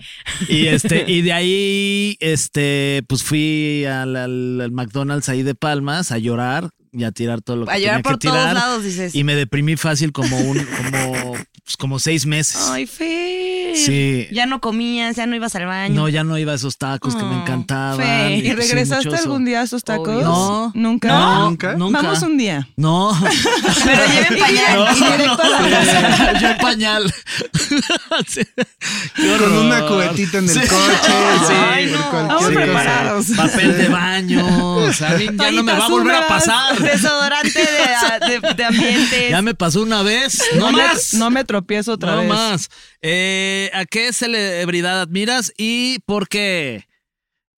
Speaker 3: Y este, y de ahí, este, pues fui al, al- al McDonald's ahí de Palmas a llorar y a tirar todo lo que
Speaker 2: A llorar
Speaker 3: tenía que
Speaker 2: por todos
Speaker 3: tirar.
Speaker 2: lados, dices.
Speaker 3: Y me deprimí fácil como un, como, pues, como seis meses.
Speaker 2: Ay, Fer.
Speaker 3: Sí.
Speaker 2: Ya no comías, ya no ibas al baño.
Speaker 3: No, ya no iba a esos tacos que me
Speaker 2: Oh,
Speaker 3: encantaban.
Speaker 2: fe.
Speaker 3: y
Speaker 4: ¿Y
Speaker 3: pues, sí,
Speaker 4: regresaste
Speaker 3: mucho eso.
Speaker 4: algún día a esos tacos?
Speaker 2: Obvio.
Speaker 3: No.
Speaker 4: ¿Nunca?
Speaker 3: No,
Speaker 6: ¿Nunca?
Speaker 3: nunca.
Speaker 4: Vamos un día.
Speaker 3: No.
Speaker 2: Pero lleven pañal.
Speaker 3: No,
Speaker 2: y directo a la
Speaker 3: no,
Speaker 2: casa.
Speaker 3: sí, yo en pañal. Sí. Qué
Speaker 6: Con una
Speaker 3: horror.
Speaker 6: cuetita en el
Speaker 3: Sí.
Speaker 6: coche.
Speaker 3: Sí.
Speaker 2: Ay, no.
Speaker 6: cualquier
Speaker 4: Vamos
Speaker 6: cosa.
Speaker 4: preparados.
Speaker 3: Papel de baño. O sea, a mí ya no me va a
Speaker 4: Toallitas
Speaker 3: volver a
Speaker 4: húmedas.
Speaker 3: pasar.
Speaker 2: Desodorante de, ah, de, de ambientes.
Speaker 3: Ya me pasó una vez. No,
Speaker 4: me-
Speaker 3: más.
Speaker 4: no me tropiezo otra
Speaker 3: No
Speaker 4: vez.
Speaker 3: más. Eh, ¿A qué celebridad admiras y por qué?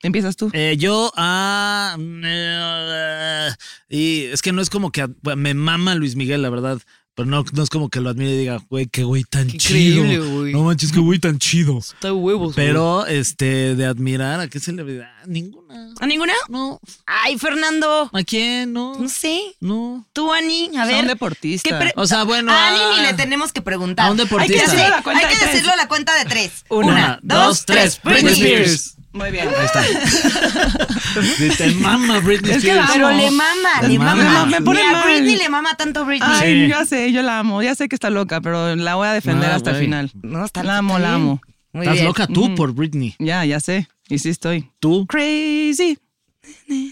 Speaker 4: Empiezas tú.
Speaker 3: Eh, yo a... eh, y es que no es como que... ad- Me mama Luis Miguel, la verdad. Pero no, no es como que lo admire y diga, güey, qué güey tan chido.
Speaker 2: Increíble, güey.
Speaker 3: No manches, qué güey tan chido.
Speaker 2: Está de huevos. güey.
Speaker 3: Pero, este, de admirar, ¿a qué celebridad? Ninguna.
Speaker 2: ¿A ninguna?
Speaker 3: No.
Speaker 2: Ay, Fernando.
Speaker 3: ¿A quién? No.
Speaker 2: No sé.
Speaker 3: No.
Speaker 2: Tú, Ani. A
Speaker 4: Son
Speaker 2: ver.
Speaker 4: deportistas.
Speaker 2: ¿Qué pre-
Speaker 3: O sea, bueno. ah,
Speaker 2: a Ani
Speaker 3: a-
Speaker 2: ni le tenemos que preguntar.
Speaker 3: a un deportista.
Speaker 2: Hay que,
Speaker 4: Decirlo
Speaker 2: decir-
Speaker 4: a la cuenta
Speaker 2: hay que
Speaker 4: de tres.
Speaker 2: decirlo a la cuenta de tres.
Speaker 4: Una,
Speaker 3: dos, tres.
Speaker 2: Britney
Speaker 3: Britney
Speaker 2: Spears.
Speaker 3: Spears.
Speaker 4: Muy bien.
Speaker 3: Sí, Te mama Britney
Speaker 4: Es que
Speaker 3: Spears.
Speaker 4: la
Speaker 2: Pero
Speaker 4: Vamos.
Speaker 2: le mama,
Speaker 3: Le
Speaker 2: le
Speaker 3: mama.
Speaker 2: mama.
Speaker 4: Me pone
Speaker 2: Ni a
Speaker 4: mal.
Speaker 2: Britney le mama tanto a Britney.
Speaker 4: Ay,
Speaker 3: Sí.
Speaker 4: ya sé, yo la amo. Ya sé que está loca, pero la voy a defender
Speaker 3: No,
Speaker 4: hasta el
Speaker 3: güey.
Speaker 4: final.
Speaker 2: No, está
Speaker 4: la amo,
Speaker 2: está
Speaker 4: la
Speaker 2: bien.
Speaker 4: amo.
Speaker 2: Muy
Speaker 3: Estás
Speaker 2: bien.
Speaker 3: loca tú por Britney.
Speaker 4: Ya, ya sé. Y sí estoy.
Speaker 3: Tú.
Speaker 4: Crazy.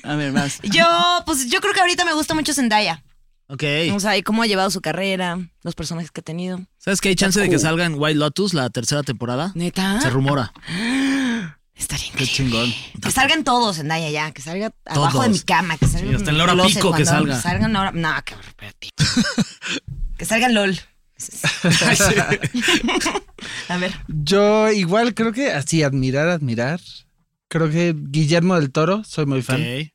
Speaker 4: A ver, vas.
Speaker 2: Yo, pues yo creo que ahorita me gusta mucho Zendaya.
Speaker 3: Ok.
Speaker 2: O sea, y cómo ha llevado su carrera, los personajes que ha tenido.
Speaker 3: ¿Sabes que hay chance de que salga en White Lotus la tercera temporada?
Speaker 2: ¿Neta?
Speaker 3: Se rumora.
Speaker 2: Estaría
Speaker 3: Qué
Speaker 2: increíble.
Speaker 3: chingón.
Speaker 2: Que salgan todos, Zendaya, ya. Que salga abajo
Speaker 3: Todos.
Speaker 2: de mi cama. Que salga
Speaker 3: Sí, hasta en la hora
Speaker 2: closet
Speaker 3: pico que
Speaker 2: cuando
Speaker 3: salga.
Speaker 2: Salgan ahora. No, que espérate. que salga LOL. A ver.
Speaker 6: Yo igual creo que así, admirar, admirar. Creo que Guillermo del Toro, soy muy fan.
Speaker 3: Ok.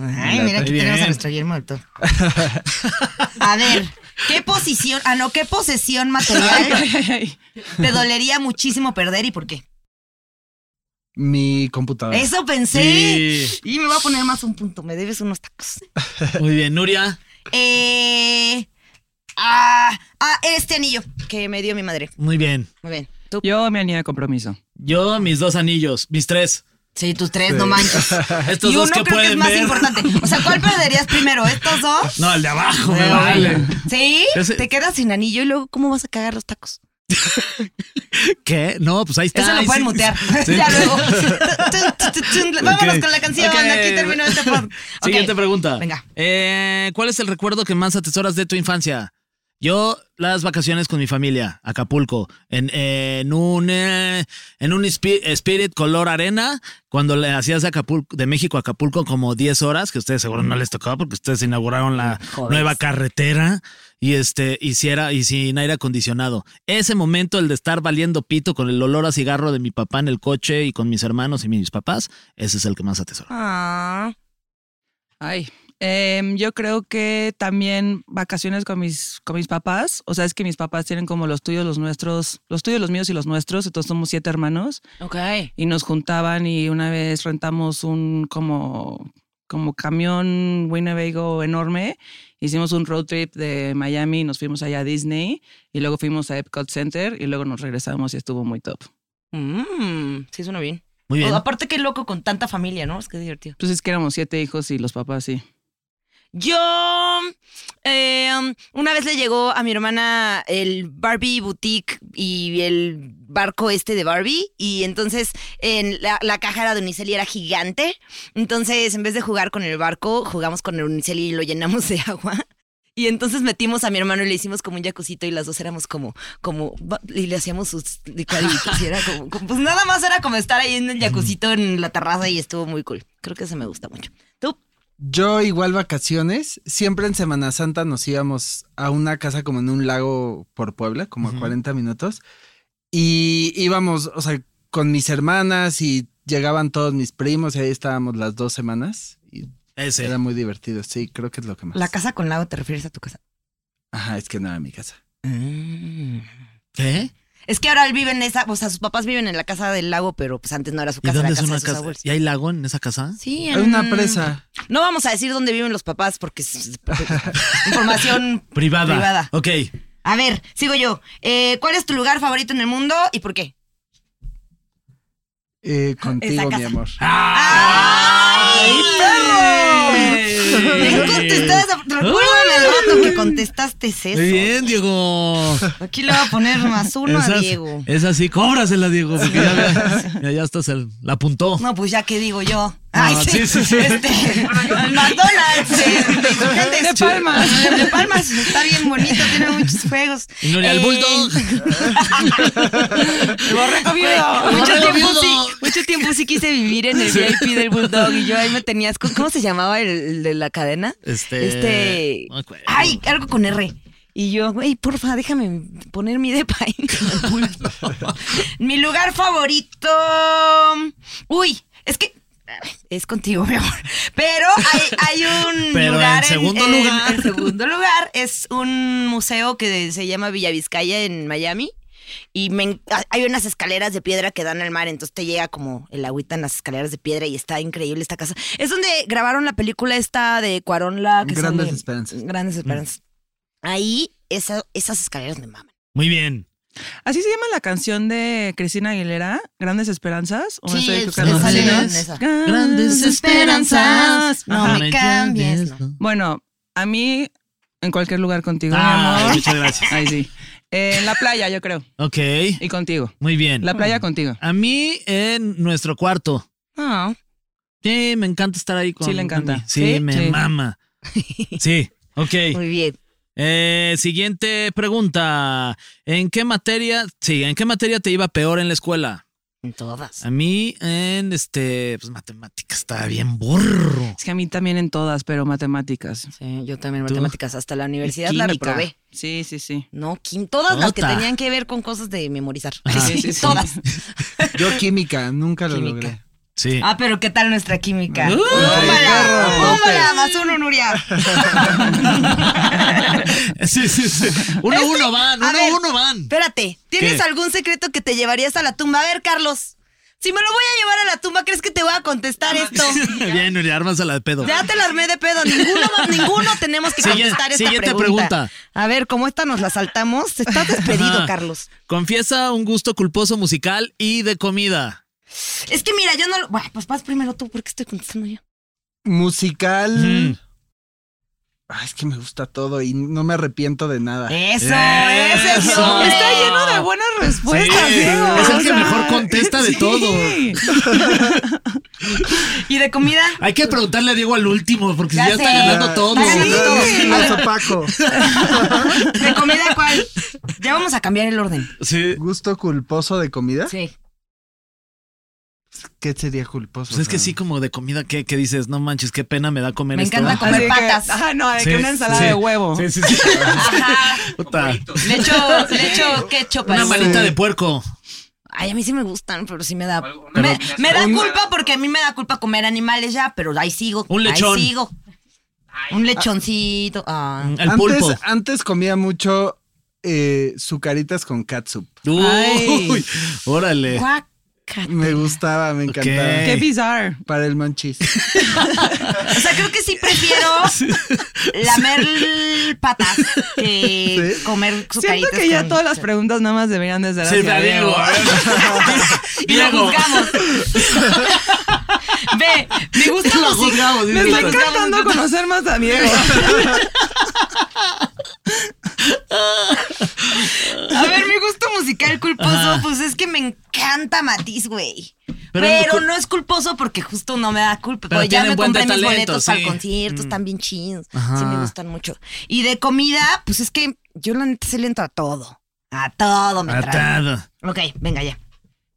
Speaker 2: Ay, mira, aquí
Speaker 3: Bien.
Speaker 2: tenemos a nuestro Guillermo del Toro. A ver, ¿qué posición, ah, no, qué posesión material te dolería muchísimo perder y por qué?
Speaker 6: Mi computadora.
Speaker 2: Eso pensé.
Speaker 3: Ah, Sí.
Speaker 2: Y me voy a poner más un punto, me debes unos tacos.
Speaker 3: Muy bien, Nuria.
Speaker 2: Eh, ah, ah, este anillo que me dio mi madre.
Speaker 3: Muy bien.
Speaker 2: Muy bien. Tú.
Speaker 4: Yo me anía de compromiso.
Speaker 3: Yo, mis dos anillos, mis tres.
Speaker 2: Sí, tus tres, no manches.
Speaker 3: Estos
Speaker 2: y
Speaker 3: dos
Speaker 2: uno
Speaker 3: que
Speaker 2: creo que es
Speaker 3: pueden
Speaker 2: más
Speaker 3: ver.
Speaker 2: importante. O sea, ¿cuál perderías primero? ¿Estos dos?
Speaker 3: No, el de abajo, me
Speaker 2: Pero
Speaker 3: vale.
Speaker 2: bueno. ¿Sí?
Speaker 3: Ese-
Speaker 2: Te quedas sin anillo y luego, ¿cómo vas a cagar los tacos?
Speaker 3: ¿Qué? No, pues ahí está.
Speaker 2: Eso
Speaker 3: Ahí
Speaker 2: lo pueden
Speaker 3: sí.
Speaker 2: mutear.
Speaker 3: Sí.
Speaker 2: ya luego. Tun, tun, tun, tun. Vámonos
Speaker 3: Ok.
Speaker 2: con la canción.
Speaker 3: Ok.
Speaker 2: Aquí terminó este pod. Ok.
Speaker 3: Siguiente pregunta.
Speaker 2: Venga.
Speaker 3: Eh, ¿Cuál es el recuerdo que más atesoras de tu infancia? Yo, las vacaciones con mi familia, Acapulco, en, eh, en un, eh, en un spi- Spirit color arena, cuando le hacías de, Acapulco, de México a Acapulco como 10 horas, que a ustedes seguro no les tocaba porque ustedes inauguraron la
Speaker 2: Joder.
Speaker 3: nueva carretera y este hiciera y sin aire acondicionado. Ese momento, el de estar valiendo pito con el olor a cigarro de mi papá en el coche y con mis hermanos y mis papás, ese es el que más atesoro.
Speaker 2: Ah,
Speaker 4: Ay. em, yo creo que también vacaciones con mis, con mis papás. O sea, es que mis papás tienen como los tuyos, los nuestros, los tuyos, los míos y los nuestros. Entonces somos siete hermanos
Speaker 2: ok.
Speaker 4: y nos juntaban y una vez rentamos un como, como camión Winnebago enorme. Hicimos un road trip de Miami y nos fuimos allá a Disney y luego fuimos a Epcot Center y luego nos regresamos y estuvo muy top.
Speaker 2: Mm, sí, suena bien.
Speaker 3: Muy bien.
Speaker 2: O- aparte, qué loco con tanta familia, ¿no? Es que es divertido.
Speaker 4: Entonces Pues es que éramos siete hijos y los papás sí.
Speaker 2: Yo. eh, um, una vez le llegó a mi hermana el Barbie Boutique y el barco este de Barbie. Y entonces en la, la caja era de Unicel y era gigante. Entonces, en vez de jugar con el barco, jugamos con el Unicel y lo llenamos de agua. Y entonces metimos a mi hermano y le hicimos como un jacuzito y las dos éramos como, como, va- y le hacíamos sus licuaditos. Y era como, como- pues nada más era como estar ahí en el jacuzito en la terraza y estuvo muy cool. Creo que se me gusta mucho. ¿Tú?
Speaker 6: Yo igual vacaciones, siempre en Semana Santa nos íbamos a una casa como en un lago por Puebla, como a 40 minutos, y íbamos, o sea, con mis hermanas y llegaban todos mis primos y ahí estábamos las dos semanas y
Speaker 3: Ese.
Speaker 6: era muy divertido, sí, creo que es lo que más.
Speaker 2: ¿La casa con lago te refieres a tu casa?
Speaker 6: Ajá, es que no era mi casa.
Speaker 3: ¿Qué?
Speaker 2: Mm. Es que ahora él vive en esa, o sea, sus papás viven en la casa del lago, pero pues antes no era su
Speaker 3: ¿Y
Speaker 2: casa,
Speaker 3: dónde
Speaker 2: era
Speaker 3: es
Speaker 2: casa
Speaker 3: una
Speaker 2: de sus
Speaker 3: casa?
Speaker 2: abuelos.
Speaker 3: ¿Y hay lago en esa casa?
Speaker 2: Sí,
Speaker 6: Hay una presa.
Speaker 2: No vamos a decir dónde viven los papás porque es información
Speaker 3: Privada.
Speaker 2: privada.
Speaker 3: Ok.
Speaker 2: A ver, sigo yo. Eh, ¿Cuál es tu lugar favorito en el mundo y por qué?
Speaker 6: eh,
Speaker 2: Esa
Speaker 6: contigo, mi
Speaker 2: casa.
Speaker 6: amor.
Speaker 2: ¡Ay, perro! Bien contestada esa- Recuérdame el rato que contestaste eso.
Speaker 3: Muy bien, Diego.
Speaker 2: Aquí le voy a poner más uno a Diego.
Speaker 3: Es así, cóbrasela, Diego, porque ya, ve- ya, ya hasta se la apuntó.
Speaker 2: No, pues ya que digo yo. Ay,
Speaker 3: No,
Speaker 2: sí,
Speaker 3: Ah, sí, sí, sí.
Speaker 2: Este, el McDonald's. eh,
Speaker 4: De Palmas.
Speaker 2: De Palmas está bien bonito, tiene muchos juegos. Eh,
Speaker 3: Y Nuria, el bulldog.
Speaker 2: Borrego
Speaker 4: viudo.
Speaker 2: Mucho
Speaker 3: Borrego
Speaker 2: tiempo,
Speaker 3: viudo.
Speaker 2: sí, mucho tiempo sí quise vivir en el VIP del bulldog y yo ahí me tenías. con- ¿Cómo se llamaba el, el de la cadena?
Speaker 3: Este,
Speaker 2: Este.
Speaker 3: no me acuerdo.
Speaker 2: Ay, algo con R. Y yo, güey, porfa, déjame poner mi depa ahí. mi lugar favorito. Uy, es que. Es contigo, mi amor. Pero hay, hay un
Speaker 3: Pero en
Speaker 2: lugar.
Speaker 3: segundo lugar.
Speaker 2: En segundo lugar es un museo que se llama Villa Vizcaya en Miami. Y me en- a- hay unas escaleras de piedra que dan al mar, entonces te llega como el agüita en las escaleras de piedra y está increíble esta casa. Es donde grabaron la película esta de Cuarón, la que
Speaker 6: Grandes
Speaker 2: sale-
Speaker 6: Esperanzas.
Speaker 2: Grandes Esperanzas. Ahí, esa- esas escaleras me maman.
Speaker 3: Muy bien.
Speaker 4: Así se llama la canción de Cristina Aguilera, Grandes Esperanzas.
Speaker 2: Oh,
Speaker 4: ¿O me estoy
Speaker 2: es-
Speaker 4: equivocando?
Speaker 3: es-
Speaker 2: sale
Speaker 3: Sí.
Speaker 2: en esa.
Speaker 4: Grandes Esperanzas.
Speaker 2: No
Speaker 4: Ajá.
Speaker 2: me cambies, no.
Speaker 4: Bueno, a mí, en cualquier lugar contigo, mi
Speaker 3: Ah,
Speaker 4: amor.
Speaker 3: muchas gracias.
Speaker 4: Ahí sí. Eh, en la playa, yo creo.
Speaker 3: Ok,
Speaker 4: Y contigo.
Speaker 3: muy bien.
Speaker 4: La playa contigo.
Speaker 3: A mí en nuestro cuarto.
Speaker 2: No.
Speaker 3: Sí, me encanta estar ahí con.
Speaker 4: Sí, le encanta.
Speaker 3: con mi- Sí,
Speaker 4: ¿Sí?
Speaker 3: me
Speaker 4: Sí.
Speaker 3: mama. Sí, ok.
Speaker 2: Muy bien.
Speaker 3: Eh, siguiente pregunta. ¿En qué materia? Sí, ¿en qué materia te iba peor en la escuela?
Speaker 2: En todas.
Speaker 3: A mí en este, pues matemáticas estaba bien burro.
Speaker 4: Es que a mí también en todas, pero matemáticas.
Speaker 2: Sí, yo también
Speaker 3: ¿Tú?
Speaker 2: matemáticas. Hasta la universidad
Speaker 4: Y
Speaker 2: la
Speaker 4: química.
Speaker 2: reprobé.
Speaker 4: Sí, sí, sí.
Speaker 2: No, quim- todas las que
Speaker 3: Ota.
Speaker 2: tenían que ver con cosas de memorizar.
Speaker 3: Ajá.
Speaker 2: Sí,
Speaker 4: Sí, sí, sí.
Speaker 2: todas.
Speaker 6: Yo química, nunca lo
Speaker 2: Química.
Speaker 6: logré.
Speaker 3: Sí.
Speaker 2: Ah, pero ¿qué tal nuestra química?
Speaker 3: ¡Uh!
Speaker 2: ¡Tómala!
Speaker 6: ¡Perro!
Speaker 2: ¡Tómala! Más uno, Nuria.
Speaker 3: sí, sí, sí. Uno a
Speaker 2: Este,
Speaker 3: uno van,
Speaker 2: a
Speaker 3: uno a
Speaker 2: ver.
Speaker 3: uno van.
Speaker 2: Espérate, ¿tienes
Speaker 3: ¿Qué?
Speaker 2: algún secreto que te llevarías a la tumba? A ver, Carlos, si me lo voy a llevar a la tumba, ¿crees que te voy a contestar
Speaker 3: Ah,
Speaker 2: esto?
Speaker 3: Bien, Nuria, armas a la de pedo.
Speaker 2: Ya te la armé de pedo. Ninguno, ninguno tenemos que
Speaker 3: Siguiente-
Speaker 2: contestar esta
Speaker 3: siguiente pregunta.
Speaker 2: A ver, como esta nos la saltamos, estás despedido,
Speaker 3: Ajá.
Speaker 2: Carlos.
Speaker 3: Confiesa un gusto culposo musical y de comida.
Speaker 2: Es que mira, yo no... lo- Bueno, pues vas primero tú, porque estoy contestando yo.
Speaker 6: Musical.
Speaker 3: Mm.
Speaker 6: Ay, es que me gusta todo y no me arrepiento de nada.
Speaker 2: ¡Eso!
Speaker 3: ¡Eso!
Speaker 2: Eh, ¡Ese es
Speaker 3: No.
Speaker 4: Está lleno de buenas respuestas,
Speaker 3: Sí,
Speaker 4: Diego.
Speaker 3: es el
Speaker 4: O
Speaker 3: que
Speaker 4: sea,
Speaker 3: mejor contesta de
Speaker 4: sí.
Speaker 3: todo.
Speaker 2: ¿Y de comida?
Speaker 3: Hay que preguntarle a Diego al último, porque
Speaker 2: Ya
Speaker 3: ya, está
Speaker 2: sé.
Speaker 3: ganando todo.
Speaker 2: Está ganando
Speaker 6: No,
Speaker 2: todo.
Speaker 6: no, no, sopaco.
Speaker 2: ¿De comida cuál? Ya vamos a cambiar el orden.
Speaker 3: Sí.
Speaker 6: ¿Gusto culposo de comida?
Speaker 2: Sí.
Speaker 6: ¿Qué sería culposo?
Speaker 3: Pues es que
Speaker 6: Fran?
Speaker 3: sí, como de comida que, que dices, no manches, qué pena me da comer
Speaker 2: Me
Speaker 3: esto.
Speaker 2: encanta
Speaker 3: Ajá.
Speaker 2: comer
Speaker 4: Así de que-
Speaker 2: patas.
Speaker 4: Ajá, no, de
Speaker 3: Sí,
Speaker 4: que una ensalada
Speaker 3: sí.
Speaker 4: de huevo.
Speaker 3: Sí, sí, sí.
Speaker 2: Ajá.
Speaker 3: Puta.
Speaker 2: Le echo, le echo ketchup.
Speaker 3: Una
Speaker 2: al-
Speaker 3: manita de puerco.
Speaker 2: Ay, a mí sí me gustan, Ah, pero sí me da. me, me da culpa porque a mí me da culpa comer animales ya, pero ahí sigo.
Speaker 3: Un lechón. Mm,
Speaker 2: Ahí sigo. Un lechoncito. Ah.
Speaker 3: El
Speaker 6: antes,
Speaker 3: pulpo.
Speaker 6: Antes comía mucho eh, sucaritas con catsup.
Speaker 3: Uy, órale.
Speaker 2: Guaca.
Speaker 6: Me gustaba, me encantaba.
Speaker 4: Qué
Speaker 3: Ok.
Speaker 4: bizarre.
Speaker 6: Para el monchis.
Speaker 2: O sea, creo que sí prefiero lamer patas que
Speaker 6: Sí.
Speaker 2: comer su
Speaker 4: Siento que ya todas las preguntas nada más deberían de ser
Speaker 3: Sí,
Speaker 4: hacia
Speaker 3: te digo.
Speaker 4: Diego.
Speaker 2: Y lo
Speaker 3: Diego.
Speaker 2: juzgamos. Ve, me gusta
Speaker 3: Lo
Speaker 2: music-
Speaker 3: juzgamos,
Speaker 4: Me
Speaker 3: dice.
Speaker 4: está encantando conocer más a Diego.
Speaker 2: A ver, mi gusto musical culposo, pues es que me encanta Matiz, güey. Pero,
Speaker 3: Pero no es cul-
Speaker 2: no es culposo porque justo no me da culpa.
Speaker 3: Pero
Speaker 2: porque ya
Speaker 3: tienen
Speaker 2: me
Speaker 3: buen
Speaker 2: compré
Speaker 3: de
Speaker 2: mis
Speaker 3: talento,
Speaker 2: boletos para
Speaker 3: sí. Mm.
Speaker 2: el concierto, están bien chidos. Sí,
Speaker 3: Ajá.
Speaker 2: me gustan mucho. Y de comida, pues es que yo la neta se le entro a todo. A todo me trae.
Speaker 3: Atado.
Speaker 2: Ok, venga ya.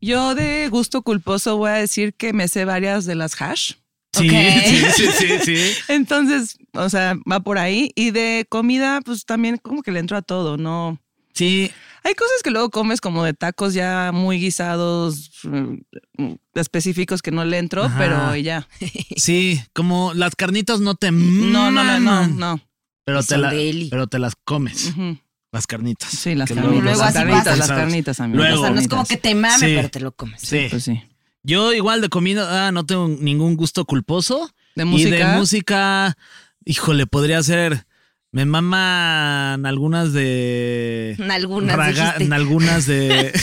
Speaker 4: Yo de gusto culposo voy a decir que me sé varias de las hash.
Speaker 3: Sí,
Speaker 2: Ok.
Speaker 3: sí, sí, sí, sí.
Speaker 4: Entonces, o sea, va por ahí. Y de comida, pues también como que le entro a todo, ¿no?
Speaker 3: Sí,
Speaker 4: Hay cosas que luego comes como de tacos ya muy guisados, mm, específicos que no le entro,
Speaker 3: Ajá.
Speaker 4: pero ya.
Speaker 3: sí, como las carnitas no te
Speaker 4: No, no, no, no,
Speaker 3: maman,
Speaker 4: no.
Speaker 3: Pero te,
Speaker 2: Son
Speaker 3: la-
Speaker 2: deli.
Speaker 3: pero te las comes,
Speaker 4: Ujú.
Speaker 3: las carnitas.
Speaker 4: Sí, las
Speaker 3: Que
Speaker 4: carnitas.
Speaker 2: luego
Speaker 4: las
Speaker 2: así
Speaker 4: carnitas,
Speaker 2: pasa.
Speaker 4: las carnitas, amigo.
Speaker 3: Luego.
Speaker 2: O sea, no es como que te mame,
Speaker 3: Sí.
Speaker 2: pero te lo comes.
Speaker 3: Sí.
Speaker 4: Pues sí.
Speaker 3: Yo igual de comida ah, no tengo ningún gusto culposo. Y de
Speaker 4: De música.
Speaker 3: música, híjole, podría ser... Me maman algunas de...
Speaker 2: En algunas
Speaker 3: Raga-
Speaker 2: dijiste.
Speaker 3: en algunas de.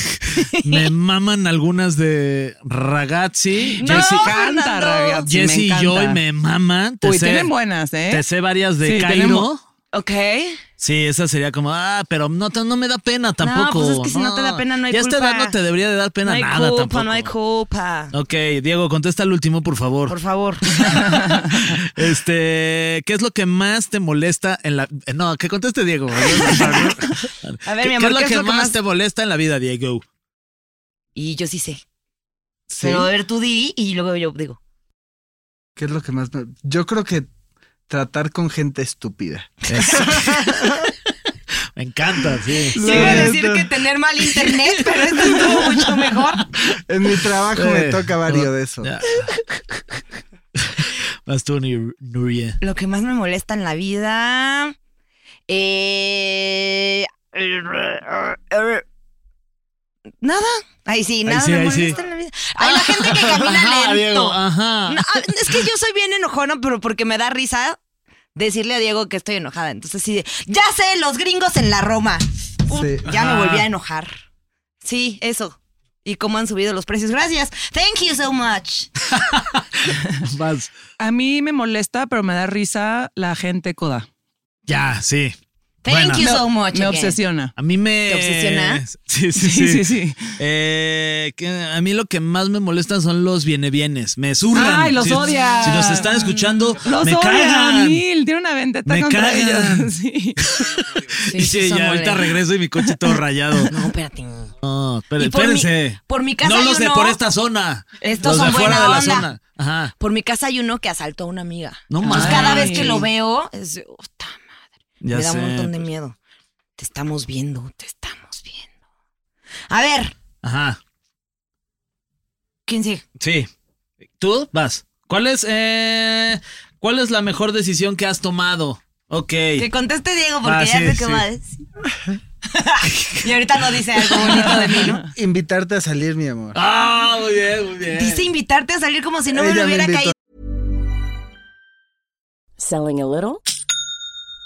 Speaker 3: me maman algunas de Ragazzi.
Speaker 2: No,
Speaker 3: Jesse,
Speaker 4: Fernando.
Speaker 2: Fernando.
Speaker 4: Ragazzi. Sí, me
Speaker 3: Jesse y
Speaker 4: encanta.
Speaker 3: Joy me maman. Te
Speaker 4: Uy,
Speaker 3: sé-
Speaker 4: tienen buenas, ¿eh?
Speaker 3: te sé varias de
Speaker 4: Sí,
Speaker 3: Cairo.
Speaker 4: tenemos-
Speaker 2: Ok.
Speaker 3: Sí, esa sería como, ah, pero no, te- no me da pena tampoco.
Speaker 2: pues es que si no te da pena, no hay
Speaker 3: Ya a esta
Speaker 2: culpa.
Speaker 3: edad no te debería de dar
Speaker 2: No
Speaker 3: pena
Speaker 2: hay
Speaker 3: nada
Speaker 2: culpa,
Speaker 3: tampoco.
Speaker 2: no hay culpa.
Speaker 3: Ok, Diego, contesta el último, por favor.
Speaker 2: Por favor.
Speaker 3: Este, ¿qué es lo que más te molesta en la. eh, No, que conteste Diego.
Speaker 2: A ver,
Speaker 3: ¿Qué-
Speaker 2: mi amor,
Speaker 3: ¿Qué es lo que, más, te molesta en la vida, Diego?
Speaker 2: Y yo sí sé. Pero a ver, tú di y luego yo digo.
Speaker 6: ¿Qué es lo que más me- Yo creo que tratar con gente estúpida.
Speaker 3: Eso. Me encanta, sí.
Speaker 2: Yo iba a decir que tener mal internet, pero esto estuvo mucho mejor.
Speaker 6: En mi trabajo
Speaker 3: Eh,
Speaker 6: me toca varios de eso.
Speaker 3: Ya. Vas tú, Nur- Nuria.
Speaker 2: Lo que más me molesta en la vida. Eh. Nada. Ay, sí, nada
Speaker 3: sí,
Speaker 2: me
Speaker 3: ahí sí.
Speaker 2: molesta en la vida. Ay, la gente que camina
Speaker 3: Ajá,
Speaker 2: lento.
Speaker 3: Diego, ajá.
Speaker 2: No, ah, es que yo soy bien enojona, pero porque me da risa decirle a Diego que estoy enojada. Entonces sí, de, ya sé, los gringos en la Roma. Uf,
Speaker 6: Sí.
Speaker 2: ya
Speaker 3: Ajá.
Speaker 2: me volví a enojar. Sí, eso. Y cómo han subido los precios. Gracias. Thank you so much.
Speaker 3: Vas.
Speaker 4: A mí me molesta, pero me da risa la gente coda.
Speaker 3: Ya, sí.
Speaker 2: Thank
Speaker 3: Buena.
Speaker 2: you
Speaker 3: Me-
Speaker 2: so much.
Speaker 4: Me
Speaker 2: again.
Speaker 4: obsesiona.
Speaker 3: A mí me.
Speaker 2: ¿Te obsesiona?
Speaker 3: Sí, sí, sí.
Speaker 4: Sí, sí, sí.
Speaker 3: Eh, que a mí lo que más me molestan son los viene-vienes. Me zurran.
Speaker 4: Ay, los
Speaker 3: Si-
Speaker 4: odias.
Speaker 3: Si nos están escuchando,
Speaker 4: Los
Speaker 3: me
Speaker 4: odia,
Speaker 3: cagan.
Speaker 4: Mil, tiene una vendetta
Speaker 3: Me
Speaker 4: contra
Speaker 3: cagan.
Speaker 4: ellos. Sí.
Speaker 3: Y sí,
Speaker 2: son
Speaker 3: ya ahorita
Speaker 2: molestos.
Speaker 3: regreso y mi coche todo rayado.
Speaker 2: No, espérate.
Speaker 3: No, espere-
Speaker 2: Y por mi-
Speaker 3: espérense.
Speaker 2: por mi casa
Speaker 3: No
Speaker 2: hay
Speaker 3: los de
Speaker 2: uno-
Speaker 3: por esta zona.
Speaker 2: Estos
Speaker 3: los de
Speaker 2: son
Speaker 3: fuera
Speaker 2: buena
Speaker 3: de la
Speaker 2: onda.
Speaker 3: zona. Ajá.
Speaker 2: Por mi casa hay uno que asaltó a una amiga.
Speaker 3: No
Speaker 2: Entonces,
Speaker 3: manches.
Speaker 2: cada vez que lo veo, es, "Uta madre.
Speaker 3: Ya
Speaker 2: me da
Speaker 3: sé.
Speaker 2: un montón de miedo. Te estamos viendo, te estamos viendo. A ver,
Speaker 3: Ajá.
Speaker 2: ¿quién sigue?
Speaker 3: Sí. ¿Tú? Vas. ¿Cuál es, eh, ¿Cuál es la mejor decisión que has tomado? Ok.
Speaker 2: Que conteste Diego, porque
Speaker 3: Ah,
Speaker 2: ya
Speaker 3: sí,
Speaker 2: sé qué
Speaker 3: sí.
Speaker 2: va a decir. y ahorita no dice algo bonito Ah, de mí, ¿no?
Speaker 6: Invitarte a salir, mi amor.
Speaker 3: Ah, muy bien, muy bien.
Speaker 2: Dice invitarte a salir como si no me lo
Speaker 6: Ella me
Speaker 2: hubiera caído.
Speaker 6: invitó.
Speaker 8: Selling a little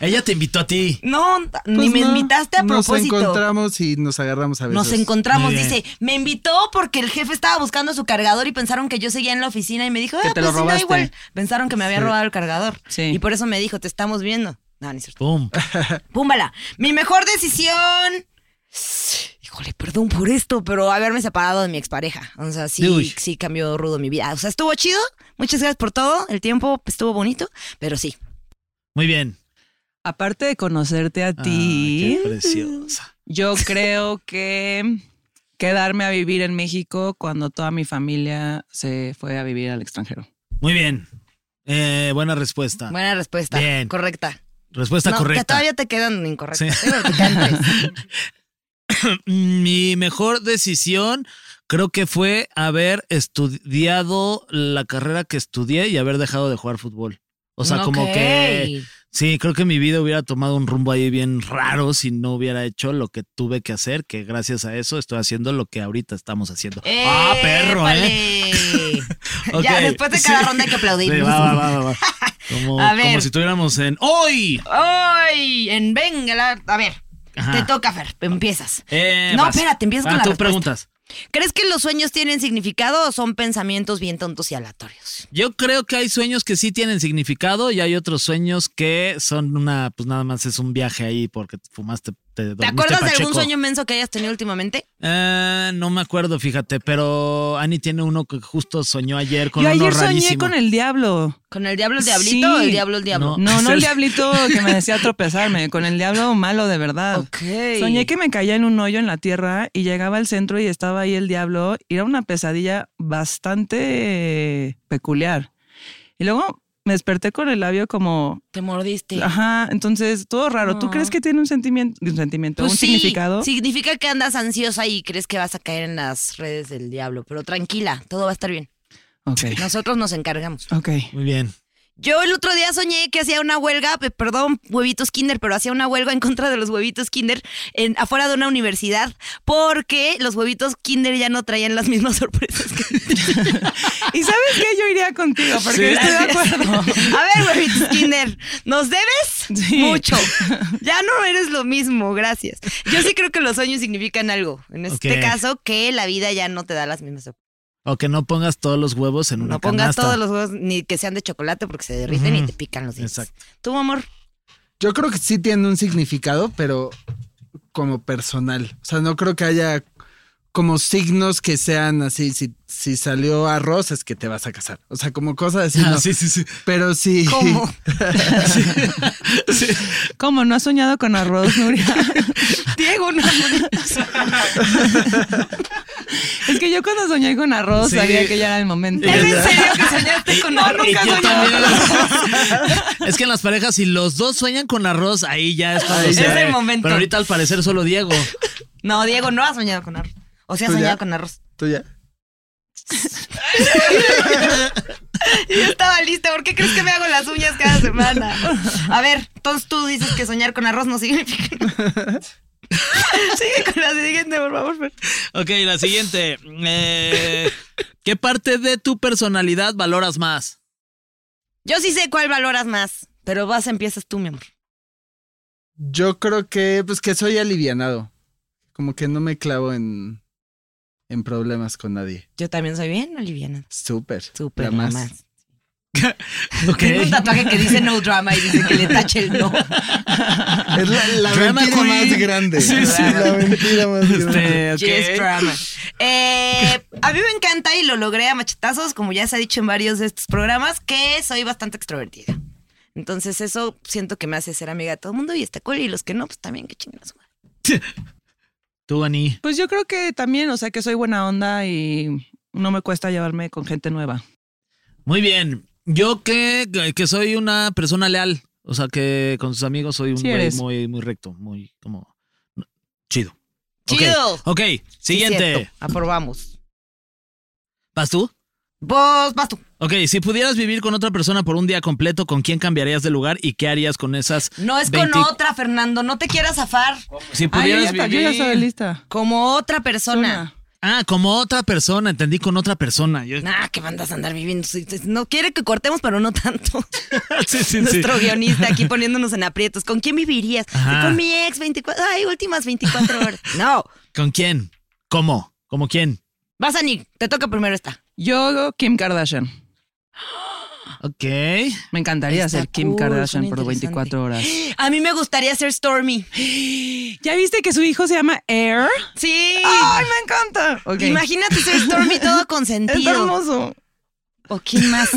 Speaker 3: Ella te invitó a ti.
Speaker 2: No, ni
Speaker 6: Pues
Speaker 2: me
Speaker 6: no,
Speaker 2: invitaste a
Speaker 6: Nos
Speaker 2: propósito.
Speaker 6: encontramos y nos agarramos a besos.
Speaker 2: Nos encontramos,
Speaker 3: Muy bien.
Speaker 2: dice, me invitó porque el jefe estaba buscando su cargador y pensaron que yo seguía en la oficina y me dijo,
Speaker 4: Que
Speaker 2: ah,
Speaker 4: te
Speaker 2: pues
Speaker 4: lo
Speaker 2: sí, da
Speaker 4: robaste.
Speaker 2: igual. Pensaron que me había robado el cargador.
Speaker 4: Sí.
Speaker 2: Y por eso me dijo, te estamos viendo. No, ni cierto.
Speaker 3: Pum.
Speaker 2: Púmbala. Mi mejor decisión. híjole, perdón por esto, pero haberme separado de mi expareja. O sea, sí,
Speaker 3: Uy.
Speaker 2: sí cambió rudo mi vida. O sea, estuvo chido. Muchas gracias por todo. El tiempo estuvo bonito, pero sí.
Speaker 3: Muy bien.
Speaker 4: Aparte de conocerte a
Speaker 3: Ah,
Speaker 4: ti,
Speaker 3: qué preciosa.
Speaker 4: yo creo que quedarme a vivir en México cuando toda mi familia se fue a vivir al extranjero.
Speaker 3: Muy bien. Eh, buena respuesta.
Speaker 2: Buena respuesta.
Speaker 3: Bien.
Speaker 2: Correcta.
Speaker 3: Respuesta
Speaker 2: No, que
Speaker 3: correcta.
Speaker 2: todavía te quedan incorrectas. ¿eh?
Speaker 3: Sí.
Speaker 2: Pero te quedan tres.
Speaker 3: Mm, Mi mejor decisión creo que fue haber estudiado la carrera que estudié y haber dejado de jugar fútbol. O sea, como que
Speaker 2: Ok.
Speaker 3: sí, creo que mi vida hubiera tomado un rumbo ahí bien raro si no hubiera hecho lo que tuve que hacer, que gracias a eso estoy haciendo lo que ahorita estamos haciendo. ah, perro, ¿eh?
Speaker 2: ¡Épale!
Speaker 3: Ok,
Speaker 2: Ya después de cada
Speaker 3: sí.
Speaker 2: ronda hay que
Speaker 3: Sí,
Speaker 2: aplaudirnos.
Speaker 3: va, va, va, va, va. Como,
Speaker 2: A
Speaker 3: como
Speaker 2: ver.
Speaker 3: si estuviéramos en hoy.
Speaker 2: ¡Ay! En venga, la- a ver.
Speaker 3: Ajá.
Speaker 2: Te toca, Fer. Empiezas.
Speaker 3: Eh,
Speaker 2: no,
Speaker 3: vas.
Speaker 2: espérate, empiezas con
Speaker 3: Ah,
Speaker 2: la
Speaker 3: tú
Speaker 2: respuesta.
Speaker 3: preguntas.
Speaker 2: ¿Crees que los sueños tienen significado o son pensamientos bien tontos y aleatorios?
Speaker 3: Yo creo que hay sueños que sí tienen significado y hay otros sueños que son una, pues nada más es un viaje ahí porque fumaste, te
Speaker 2: ¿Te
Speaker 3: dormiste
Speaker 2: acuerdas de
Speaker 3: pacheco.
Speaker 2: algún sueño menso que hayas tenido últimamente?
Speaker 3: Eh, no me acuerdo, fíjate, pero Ani tiene uno que justo soñó ayer con
Speaker 4: yo
Speaker 3: uno
Speaker 4: ayer soñé
Speaker 3: rarísimo.
Speaker 4: con el diablo.
Speaker 2: ¿Con el diablo el diablito o
Speaker 4: Sí.
Speaker 2: el diablo el diablo?
Speaker 4: No,
Speaker 3: Es
Speaker 4: no
Speaker 3: el-
Speaker 4: el diablito que me decía tropezarme, con el diablo malo de verdad.
Speaker 2: Ok.
Speaker 4: Soñé que me caía en un hoyo en la tierra y llegaba al centro y estaba ahí el diablo. Y era una pesadilla bastante eh, peculiar. Y luego me desperté con el labio como,
Speaker 2: Te mordiste.
Speaker 4: ajá, entonces todo raro. ¿Tú
Speaker 2: No.
Speaker 4: crees que tiene un sentimiento, un sentimiento,
Speaker 2: Pues
Speaker 4: un
Speaker 2: sí,
Speaker 4: significado?
Speaker 2: Significa que andas ansiosa y crees que vas a caer en las redes del diablo. Pero tranquila, todo va a estar bien.
Speaker 4: Ok,
Speaker 2: Nosotros nos encargamos.
Speaker 4: ok.
Speaker 3: Muy bien.
Speaker 2: Yo el otro día soñé que hacía una huelga, pe- perdón, huevitos kinder, pero hacía una huelga en contra de los huevitos kinder en, afuera de una universidad porque los huevitos kinder ya no traían las mismas sorpresas que...
Speaker 4: ¿Y sabes qué? Yo iría contigo porque estoy de acuerdo.
Speaker 2: A ver, huevitos kinder, ¿nos debes?
Speaker 4: Sí.
Speaker 2: Mucho. Ya no eres lo mismo, gracias. Yo sí creo que los sueños significan algo. En este
Speaker 3: Ok.
Speaker 2: caso, que la vida ya no te da las mismas sorpresas.
Speaker 3: O que no pongas todos los huevos en una
Speaker 2: No pongas
Speaker 3: canasta.
Speaker 2: todos los huevos ni que sean de chocolate porque se derriten
Speaker 3: Ujú.
Speaker 2: y te pican los dientes.
Speaker 3: Exacto.
Speaker 2: Tú, amor.
Speaker 6: Yo creo que sí tiene un significado, pero como personal. O sea, no creo que haya como signos que sean así. Si, si salió arroz es que te vas a casar. O sea, como cosas así.
Speaker 3: Ah,
Speaker 6: no.
Speaker 3: sí, sí, sí.
Speaker 6: Pero sí.
Speaker 2: ¿Cómo?
Speaker 4: ¿Cómo? ¿No has soñado con arroz, Nuria?
Speaker 2: Diego, no.
Speaker 4: Es que yo cuando soñé con arroz
Speaker 3: Sí.
Speaker 4: sabía que ya era el momento.
Speaker 2: ¿Es en serio que soñaste con
Speaker 4: No,
Speaker 2: arroz?
Speaker 4: nunca
Speaker 3: Y yo
Speaker 4: soñaba
Speaker 3: también.
Speaker 4: con
Speaker 3: es que en las parejas, si los dos sueñan con arroz, ahí ya es cuando
Speaker 6: Ahí
Speaker 3: se
Speaker 6: ya.
Speaker 2: Es el
Speaker 3: ve.
Speaker 2: momento.
Speaker 3: Pero ahorita al parecer solo Diego.
Speaker 2: No, Diego no ha soñado con arroz. O sea, ha
Speaker 6: ¿Tú ya?
Speaker 2: soñado con arroz.
Speaker 6: ¿Tú ya?
Speaker 2: Yo estaba lista. ¿Por qué crees que me hago las uñas cada semana? A ver, entonces tú dices que soñar con arroz no significa. Sigue con la siguiente, por favor. Fer.
Speaker 3: Ok, la siguiente. Eh, ¿Qué parte de tu personalidad valoras más?
Speaker 2: Yo sí sé cuál valoras más, pero vas, empiezas tú, mi amor.
Speaker 6: Yo creo que, pues que soy alivianado. Como que no me clavo en, en problemas con nadie.
Speaker 2: Yo también soy bien aliviana.
Speaker 6: Súper.
Speaker 2: Súper,
Speaker 6: la
Speaker 2: la
Speaker 6: más.
Speaker 2: más.
Speaker 3: Ok.
Speaker 2: Tengo un tatuaje que dice no drama y dice que le tache el no.
Speaker 6: Es la, la
Speaker 3: Drama
Speaker 6: mentira
Speaker 3: queen.
Speaker 6: más grande.
Speaker 3: Sí, sí.
Speaker 6: La mentira más grande.
Speaker 3: Este, ok.
Speaker 2: Yes, drama. Eh, a mí me encanta y lo logré a machetazos, como ya se ha dicho en varios de estos programas, que soy bastante extrovertida. Entonces eso siento que me hace ser amiga de todo el mundo y está cool. Y los que no, pues también que chinguen a su madre.
Speaker 3: Tú, Ani.
Speaker 4: Pues yo creo que también, o sea, que soy buena onda y no me cuesta llevarme con gente nueva.
Speaker 3: Muy bien. Yo que, que soy una persona leal. O sea, que con sus amigos soy un
Speaker 4: Sí
Speaker 3: güey
Speaker 4: eres.
Speaker 3: muy, muy recto, muy como chido. Ok,
Speaker 2: Chido.
Speaker 3: Ok,
Speaker 2: Sí,
Speaker 3: siguiente.
Speaker 2: cierto. Aprobamos.
Speaker 3: ¿Vas tú?
Speaker 2: Vos, vas tú.
Speaker 3: Ok, si pudieras vivir con otra persona por un día completo, ¿con quién cambiarías de lugar y qué harías con esas?
Speaker 2: No es
Speaker 3: 20
Speaker 2: con otra, Fernando. No te quieras zafar
Speaker 3: Si
Speaker 4: Ay, yo,
Speaker 3: pudieras
Speaker 4: ya, ta- yo
Speaker 3: vivir.
Speaker 4: ya soy lista.
Speaker 2: como otra persona.
Speaker 3: Ah, como otra persona, entendí con otra persona. Yo-
Speaker 2: Nah, que mandas a andar viviendo. Sí, sí, No quiere que cortemos, pero no tanto.
Speaker 3: sí, sí, sí.
Speaker 2: Nuestro guionista aquí poniéndonos en aprietos. ¿Con quién vivirías?
Speaker 3: Ajá.
Speaker 2: Con mi ex 24. Ay, últimas 24 horas. No.
Speaker 3: ¿Con quién? ¿Cómo? ¿Cómo quién?
Speaker 2: Vas a Nick, te toca primero esta.
Speaker 4: Yo, Kim Kardashian.
Speaker 3: Ok.
Speaker 4: Me encantaría
Speaker 2: Está
Speaker 4: ser Kim
Speaker 2: cool,
Speaker 4: Kardashian
Speaker 2: suena
Speaker 4: por 24 horas.
Speaker 2: A mí me gustaría ser Stormy.
Speaker 4: ¿Ya viste que su hijo se llama Air?
Speaker 2: Sí.
Speaker 4: ¡Ay, me encanta! Ok.
Speaker 2: Imagínate ser Stormy todo
Speaker 4: Está
Speaker 2: consentido.
Speaker 4: hermoso.
Speaker 2: ¿O quién más?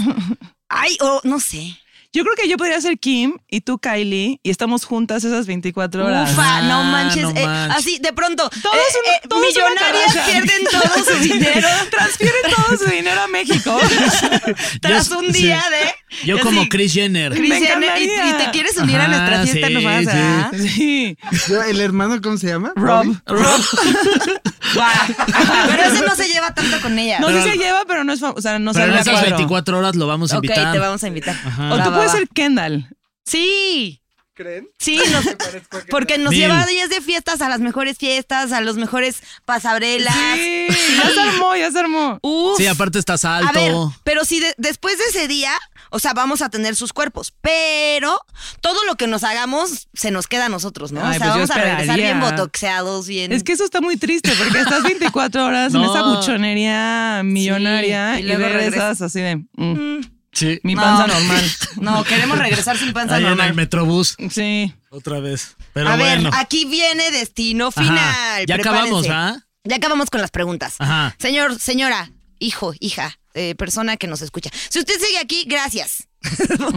Speaker 2: Ay, o no sé.
Speaker 4: Yo creo que yo podría ser Kim y tú Kylie y estamos juntas esas 24 horas.
Speaker 2: Ufa, no
Speaker 3: Ah,
Speaker 2: manches.
Speaker 3: no
Speaker 2: eh,
Speaker 3: manches.
Speaker 2: así, de pronto.
Speaker 4: Todos
Speaker 2: eh,
Speaker 4: una-
Speaker 2: eh,
Speaker 4: todos una
Speaker 2: millonarias
Speaker 4: Kardashian.
Speaker 2: pierden todo su dinero
Speaker 4: Transfiere todo su dinero a México.
Speaker 2: tras
Speaker 3: Yo-
Speaker 2: un día
Speaker 3: sí.
Speaker 2: de.
Speaker 3: Yo
Speaker 2: así,
Speaker 3: como Chris Jenner.
Speaker 2: Kris
Speaker 4: Me
Speaker 2: Jenner, y, y te
Speaker 4: encantaría.
Speaker 2: quieres unir a
Speaker 3: Ajá,
Speaker 2: nuestra fiesta
Speaker 3: sí,
Speaker 2: nomás,
Speaker 3: sí.
Speaker 2: ¿verdad?
Speaker 4: sí.
Speaker 6: Yo, ¿El hermano cómo se llama?
Speaker 4: Rob.
Speaker 6: Robbie.
Speaker 2: Pero ese no se lleva tanto con ella.
Speaker 4: No sé
Speaker 3: Pero-
Speaker 4: si se lleva, pero no es famoso. O sea, no
Speaker 3: Pero en
Speaker 4: sale a
Speaker 3: esas
Speaker 4: cuadro.
Speaker 3: 24 horas lo vamos a
Speaker 2: ok,
Speaker 3: invitar.
Speaker 2: te vamos a invitar.
Speaker 3: Ajá.
Speaker 4: O
Speaker 2: Va,
Speaker 4: tú
Speaker 2: va,
Speaker 4: puedes
Speaker 2: va.
Speaker 4: ser Kendall.
Speaker 2: Sí.
Speaker 6: ¿Creen?
Speaker 2: Sí, nos- porque nos
Speaker 3: Mil.
Speaker 2: lleva días de fiestas a las mejores fiestas, a los mejores pasabrelas.
Speaker 4: Sí. Ya se armó, ya se armó.
Speaker 2: Uf.
Speaker 3: Sí, aparte estás alto.
Speaker 2: A ver, pero si de- después de ese día, o sea, vamos a tener sus cuerpos, pero todo lo que nos hagamos se nos queda a nosotros, ¿no?
Speaker 4: Ay,
Speaker 2: o sea,
Speaker 4: pues yo
Speaker 2: vamos a regresar
Speaker 4: esperaría.
Speaker 2: bien botoxeados, bien.
Speaker 4: Es que eso está muy triste porque estás 24 horas en
Speaker 3: No.
Speaker 4: esa buchonería millonaria
Speaker 2: Sí, y
Speaker 4: y,
Speaker 2: luego
Speaker 4: regresas
Speaker 2: regresas.
Speaker 4: así de mm,
Speaker 3: Sí.
Speaker 4: mi
Speaker 2: No.
Speaker 4: panza normal.
Speaker 2: No, queremos regresar sin panza
Speaker 3: Ahí en el
Speaker 2: normal.
Speaker 3: metrobús.
Speaker 4: Sí.
Speaker 3: Otra vez. Pero
Speaker 2: a ver,
Speaker 3: bueno.
Speaker 2: aquí viene destino
Speaker 3: Ajá.
Speaker 2: final.
Speaker 3: Ya acabamos,
Speaker 2: prepárense.
Speaker 3: ¿ah?
Speaker 2: Ya acabamos con las preguntas.
Speaker 3: Ajá.
Speaker 2: Señor, señora, hijo, hija, eh, persona que nos escucha. Si usted sigue aquí, gracias.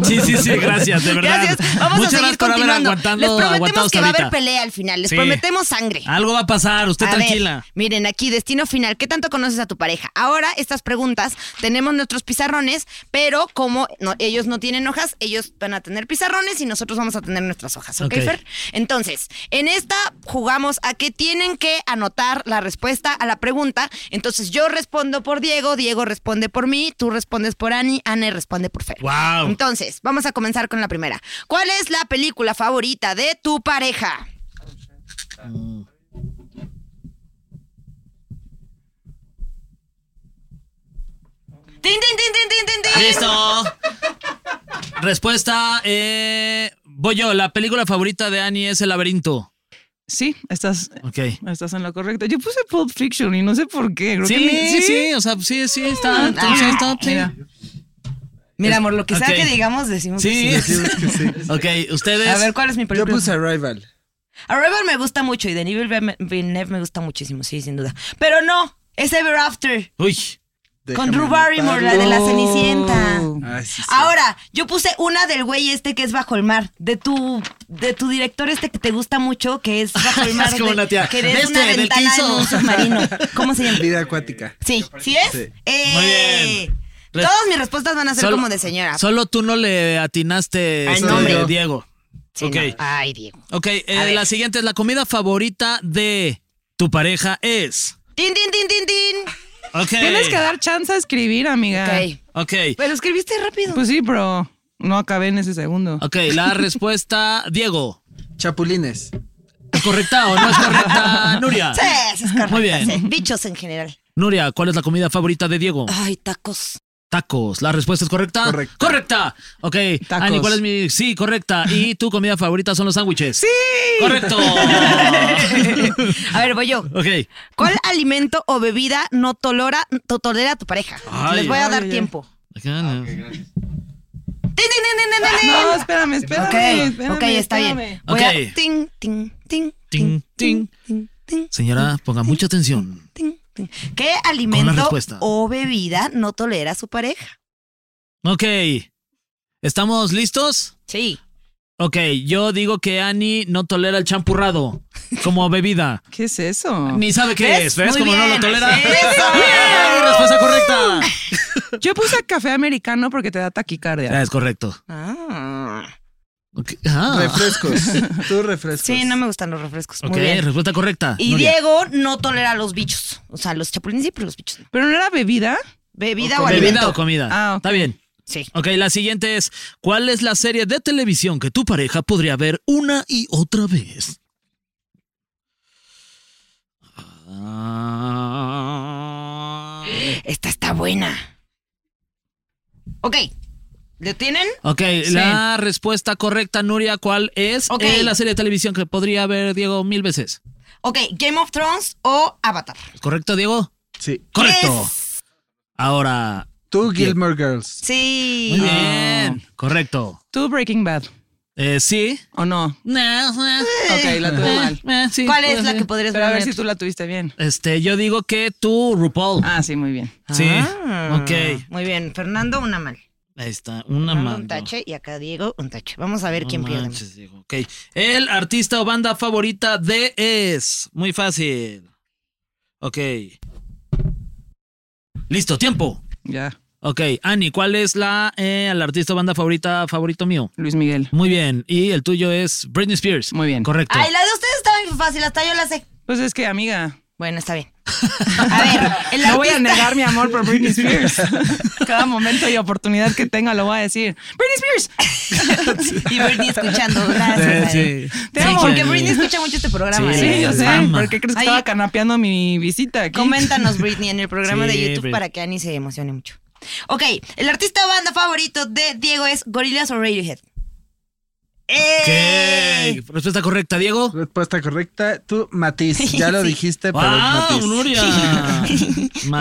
Speaker 3: Sí, sí, sí, gracias, de verdad.
Speaker 2: Gracias. Vamos
Speaker 3: Muchas
Speaker 2: a seguir
Speaker 3: gracias por haber
Speaker 2: continuando.
Speaker 3: aguantando,
Speaker 2: Les
Speaker 3: aguantado
Speaker 2: prometemos
Speaker 3: hasta
Speaker 2: que va a haber
Speaker 3: ahorita.
Speaker 2: pelea al final. Les
Speaker 3: Sí. Ah,
Speaker 2: prometemos sangre.
Speaker 3: Algo va a pasar, usted
Speaker 2: A ver,
Speaker 3: tranquila.
Speaker 2: miren, aquí, destino final. ¿Qué tanto conoces a tu pareja? Ahora, estas preguntas, tenemos nuestros pizarrones, pero como no- ellos no tienen hojas, ellos van a tener pizarrones y nosotros vamos a tener nuestras hojas, ¿ok,
Speaker 3: Ok.
Speaker 2: Fer? Entonces, en esta jugamos a que tienen que anotar la respuesta a la pregunta. Entonces, yo respondo por Diego, Diego responde por mí, tú respondes por Ani, Anne responde por Fer.
Speaker 3: Guau.
Speaker 2: Entonces, vamos a comenzar con la primera. ¿Cuál es la película favorita de tu pareja? ¡Tin, tin, tin, tin, tin, tin, tin!
Speaker 3: Listo. Respuesta, eh, voy yo. La película favorita de Annie es El laberinto.
Speaker 4: Sí, estás,
Speaker 3: Ok.
Speaker 4: estás en lo correcto. Yo puse Pulp Fiction y no sé por qué. Creo
Speaker 3: Sí,
Speaker 4: que me-
Speaker 3: sí, sí, o sea, sí, sí,
Speaker 2: Ah.
Speaker 3: está, está, sí, está, sí.
Speaker 4: Mira.
Speaker 2: Mira, amor, lo que sea
Speaker 3: Ok.
Speaker 2: que digamos, decimos
Speaker 3: Sí.
Speaker 2: que sí.
Speaker 6: Decimos que sí.
Speaker 3: Ok, ustedes.
Speaker 2: A ver, ¿cuál es mi
Speaker 6: Yo
Speaker 2: película?
Speaker 6: puse Arrival.
Speaker 2: Arrival me gusta mucho y The Evil Villeneuve me gusta muchísimo, sí, sin duda. Pero no, es Ever After,
Speaker 3: Uy,
Speaker 2: con
Speaker 6: Déjame
Speaker 2: Drew Barrymore, la de la Cenicienta.
Speaker 6: anotarlo. Ay, sí, sí.
Speaker 2: Ahora, yo puse una del güey este que es Bajo el Mar, de tu, de tu director este que te gusta mucho, que es Bajo el Mar.
Speaker 3: Es como
Speaker 2: de-
Speaker 3: una tía.
Speaker 2: Que eres
Speaker 3: De este,
Speaker 2: una
Speaker 3: del que
Speaker 2: ventana en
Speaker 3: hizo.
Speaker 2: un submarino. ¿Cómo se llama?
Speaker 6: Vida acuática.
Speaker 2: Sí, ¿sí es?
Speaker 6: Sí.
Speaker 2: ¡Eh!
Speaker 3: Muy bien. Res-
Speaker 2: Todas mis respuestas van a ser
Speaker 3: Solo-
Speaker 2: como de señora.
Speaker 3: solo tú no le atinaste
Speaker 2: Al
Speaker 3: este,
Speaker 2: nombre.
Speaker 3: Diego.
Speaker 2: Sí,
Speaker 3: ok.
Speaker 2: no. Ay, Diego.
Speaker 3: Ok, eh,
Speaker 2: A ver.
Speaker 3: la siguiente es la comida favorita de tu pareja es.
Speaker 2: ¡Tin, tin, tin, tin, tin!
Speaker 3: Ok.
Speaker 4: Tienes que dar chance a escribir, amiga.
Speaker 2: Ok.
Speaker 3: Ok.
Speaker 2: Ah. Pero escribiste rápido.
Speaker 4: Pues sí, pero no acabé en ese segundo.
Speaker 3: Ok, la respuesta, Diego.
Speaker 6: Chapulines.
Speaker 3: ¿Correcta o no es correcta, Nuria?
Speaker 2: Sí, sí, es correcto.
Speaker 3: Muy bien.
Speaker 2: sí. Bichos en general.
Speaker 3: Nuria, ¿cuál es la comida favorita de Diego?
Speaker 2: Ay, tacos.
Speaker 3: Tacos. ¿La respuesta es correcta?
Speaker 6: Correcta.
Speaker 3: Correcta. Ok.
Speaker 4: Tacos.
Speaker 3: Ani, ¿cuál es mi...? Sí, correcta. ¿Y tu comida favorita son los sándwiches? Sí. Correcto.
Speaker 2: A ver, voy yo.
Speaker 3: ok.
Speaker 2: ¿Cuál alimento o bebida no tolera, to- tolera a tu pareja?
Speaker 3: Ay.
Speaker 2: Les voy a
Speaker 4: Ay,
Speaker 2: dar
Speaker 4: ay, ay.
Speaker 2: tiempo. Ah,
Speaker 3: Acá,
Speaker 2: ¡Tin, tin, tin, tin, tin, tin!
Speaker 4: No, espérame, espérame.
Speaker 2: Ok,
Speaker 4: espérame,
Speaker 2: ok, está
Speaker 4: espérame.
Speaker 2: bien. Voy a-
Speaker 3: Ok.
Speaker 2: Ting, ting, ting, ting,
Speaker 3: Ting, ting.
Speaker 2: ting, ting, ting,
Speaker 3: Señora, ponga mucha atención.
Speaker 2: ting, ting. ¿Qué alimento
Speaker 3: respuesta.
Speaker 2: o bebida no tolera a su pareja?
Speaker 3: Ok. ¿Estamos listos?
Speaker 2: Sí.
Speaker 3: Ok, yo digo que Ani no tolera el champurrado como bebida.
Speaker 4: ¿Qué es eso?
Speaker 3: Ni sabe qué
Speaker 2: ¿Ves?
Speaker 3: es, ¿ves?
Speaker 2: Muy
Speaker 3: Como no
Speaker 2: bien.
Speaker 3: lo tolera.
Speaker 2: Eso.
Speaker 3: ¡Bien! Respuesta correcta.
Speaker 4: Yo puse café americano porque te da taquicardia.
Speaker 2: Eh.
Speaker 3: Ah, es correcto.
Speaker 2: Ah.
Speaker 3: Ok, ah.
Speaker 6: Refrescos. Tú refrescos.
Speaker 2: Sí, no me gustan los refrescos.
Speaker 3: Ok,
Speaker 2: Muy bien.
Speaker 3: respuesta correcta.
Speaker 2: Y
Speaker 3: Nuria.
Speaker 2: Diego no tolera los bichos. O sea, los chapulines sí, pero los bichos no.
Speaker 4: ¿Pero no era bebida?
Speaker 2: ¿Bebida o,
Speaker 3: ¿Bebida
Speaker 2: alimento?
Speaker 3: o comida?
Speaker 4: Ah, ok.
Speaker 3: Está bien.
Speaker 2: Sí.
Speaker 3: Ok, la siguiente es, ¿cuál es la serie de televisión que tu pareja podría ver una y otra vez? Ah.
Speaker 2: Esta está buena. Ok. ¿Lo tienen?
Speaker 3: Ok,
Speaker 4: Sí.
Speaker 3: la respuesta correcta, Nuria, ¿cuál es
Speaker 2: Ok.
Speaker 3: Eh, la serie de televisión que podría ver Diego mil veces?
Speaker 2: Ok, Game of Thrones o Avatar.
Speaker 3: ¿Correcto, Diego?
Speaker 6: Sí.
Speaker 3: Correcto.
Speaker 2: Yes.
Speaker 3: Ahora,
Speaker 6: Tú, Gilmore Girls.
Speaker 2: Sí.
Speaker 3: Muy bien. Correcto.
Speaker 4: ¿Tú Breaking Bad
Speaker 3: Eh, sí.
Speaker 4: o no? Ok, la tuve mal.
Speaker 2: Eh, ¿Cuál es la que podrías
Speaker 4: Pero a ver
Speaker 2: poner?
Speaker 4: si tú la tuviste bien.
Speaker 3: Este, yo digo que tú, RuPaul.
Speaker 4: Ah, sí, muy bien.
Speaker 3: Sí.
Speaker 2: Ah,
Speaker 3: Ok.
Speaker 2: Muy bien, Fernando, una mal.
Speaker 3: Ahí está. Una
Speaker 2: Fernando,
Speaker 3: mano.
Speaker 2: un tache y acá Diego, un tache. Vamos a ver quién
Speaker 3: No
Speaker 2: pierde. más.
Speaker 3: manches, Diego. Ok. El artista o banda favorita de es. Muy fácil. Ok. Listo, tiempo.
Speaker 4: Ya.
Speaker 3: Ok, Ani, ¿cuál es la eh, el artista o banda favorita favorito mío?
Speaker 4: Luis Miguel.
Speaker 3: Muy bien. Y el tuyo es Britney Spears.
Speaker 4: Muy bien.
Speaker 3: Correcto.
Speaker 2: Ay, la de ustedes está bien fácil, hasta yo la sé.
Speaker 4: Pues es que, amiga,
Speaker 2: Bueno, está bien. A ver, el
Speaker 4: no voy a
Speaker 2: artista-
Speaker 4: negar mi amor por Britney Spears. Cada momento y oportunidad que tenga lo voy a decir. Britney Spears.
Speaker 2: y Britney escuchando. Gracias.
Speaker 3: Sí,
Speaker 2: Adel.
Speaker 3: sí.
Speaker 4: Te
Speaker 2: Sí,
Speaker 4: amo.
Speaker 2: porque Britney escucha mucho este programa.
Speaker 3: Sí,
Speaker 2: ¿eh?
Speaker 4: Sí, yo sé.
Speaker 3: Fama.
Speaker 4: ¿Por qué crees que
Speaker 2: Ay,
Speaker 4: estaba canapeando mi visita aquí?
Speaker 2: Coméntanos, Britney, en el programa
Speaker 3: Sí,
Speaker 2: de YouTube
Speaker 3: Brit-
Speaker 2: para que Annie se emocione mucho. Ok, el artista o banda favorito de Diego es Gorillaz o Radiohead. ¡Eh!
Speaker 3: Ok. Respuesta correcta, Diego.
Speaker 6: Respuesta correcta. Tú, Matiz. Ya lo dijiste, pero
Speaker 3: ¡Ah,
Speaker 6: es Matiz.
Speaker 3: Nuria!
Speaker 2: Me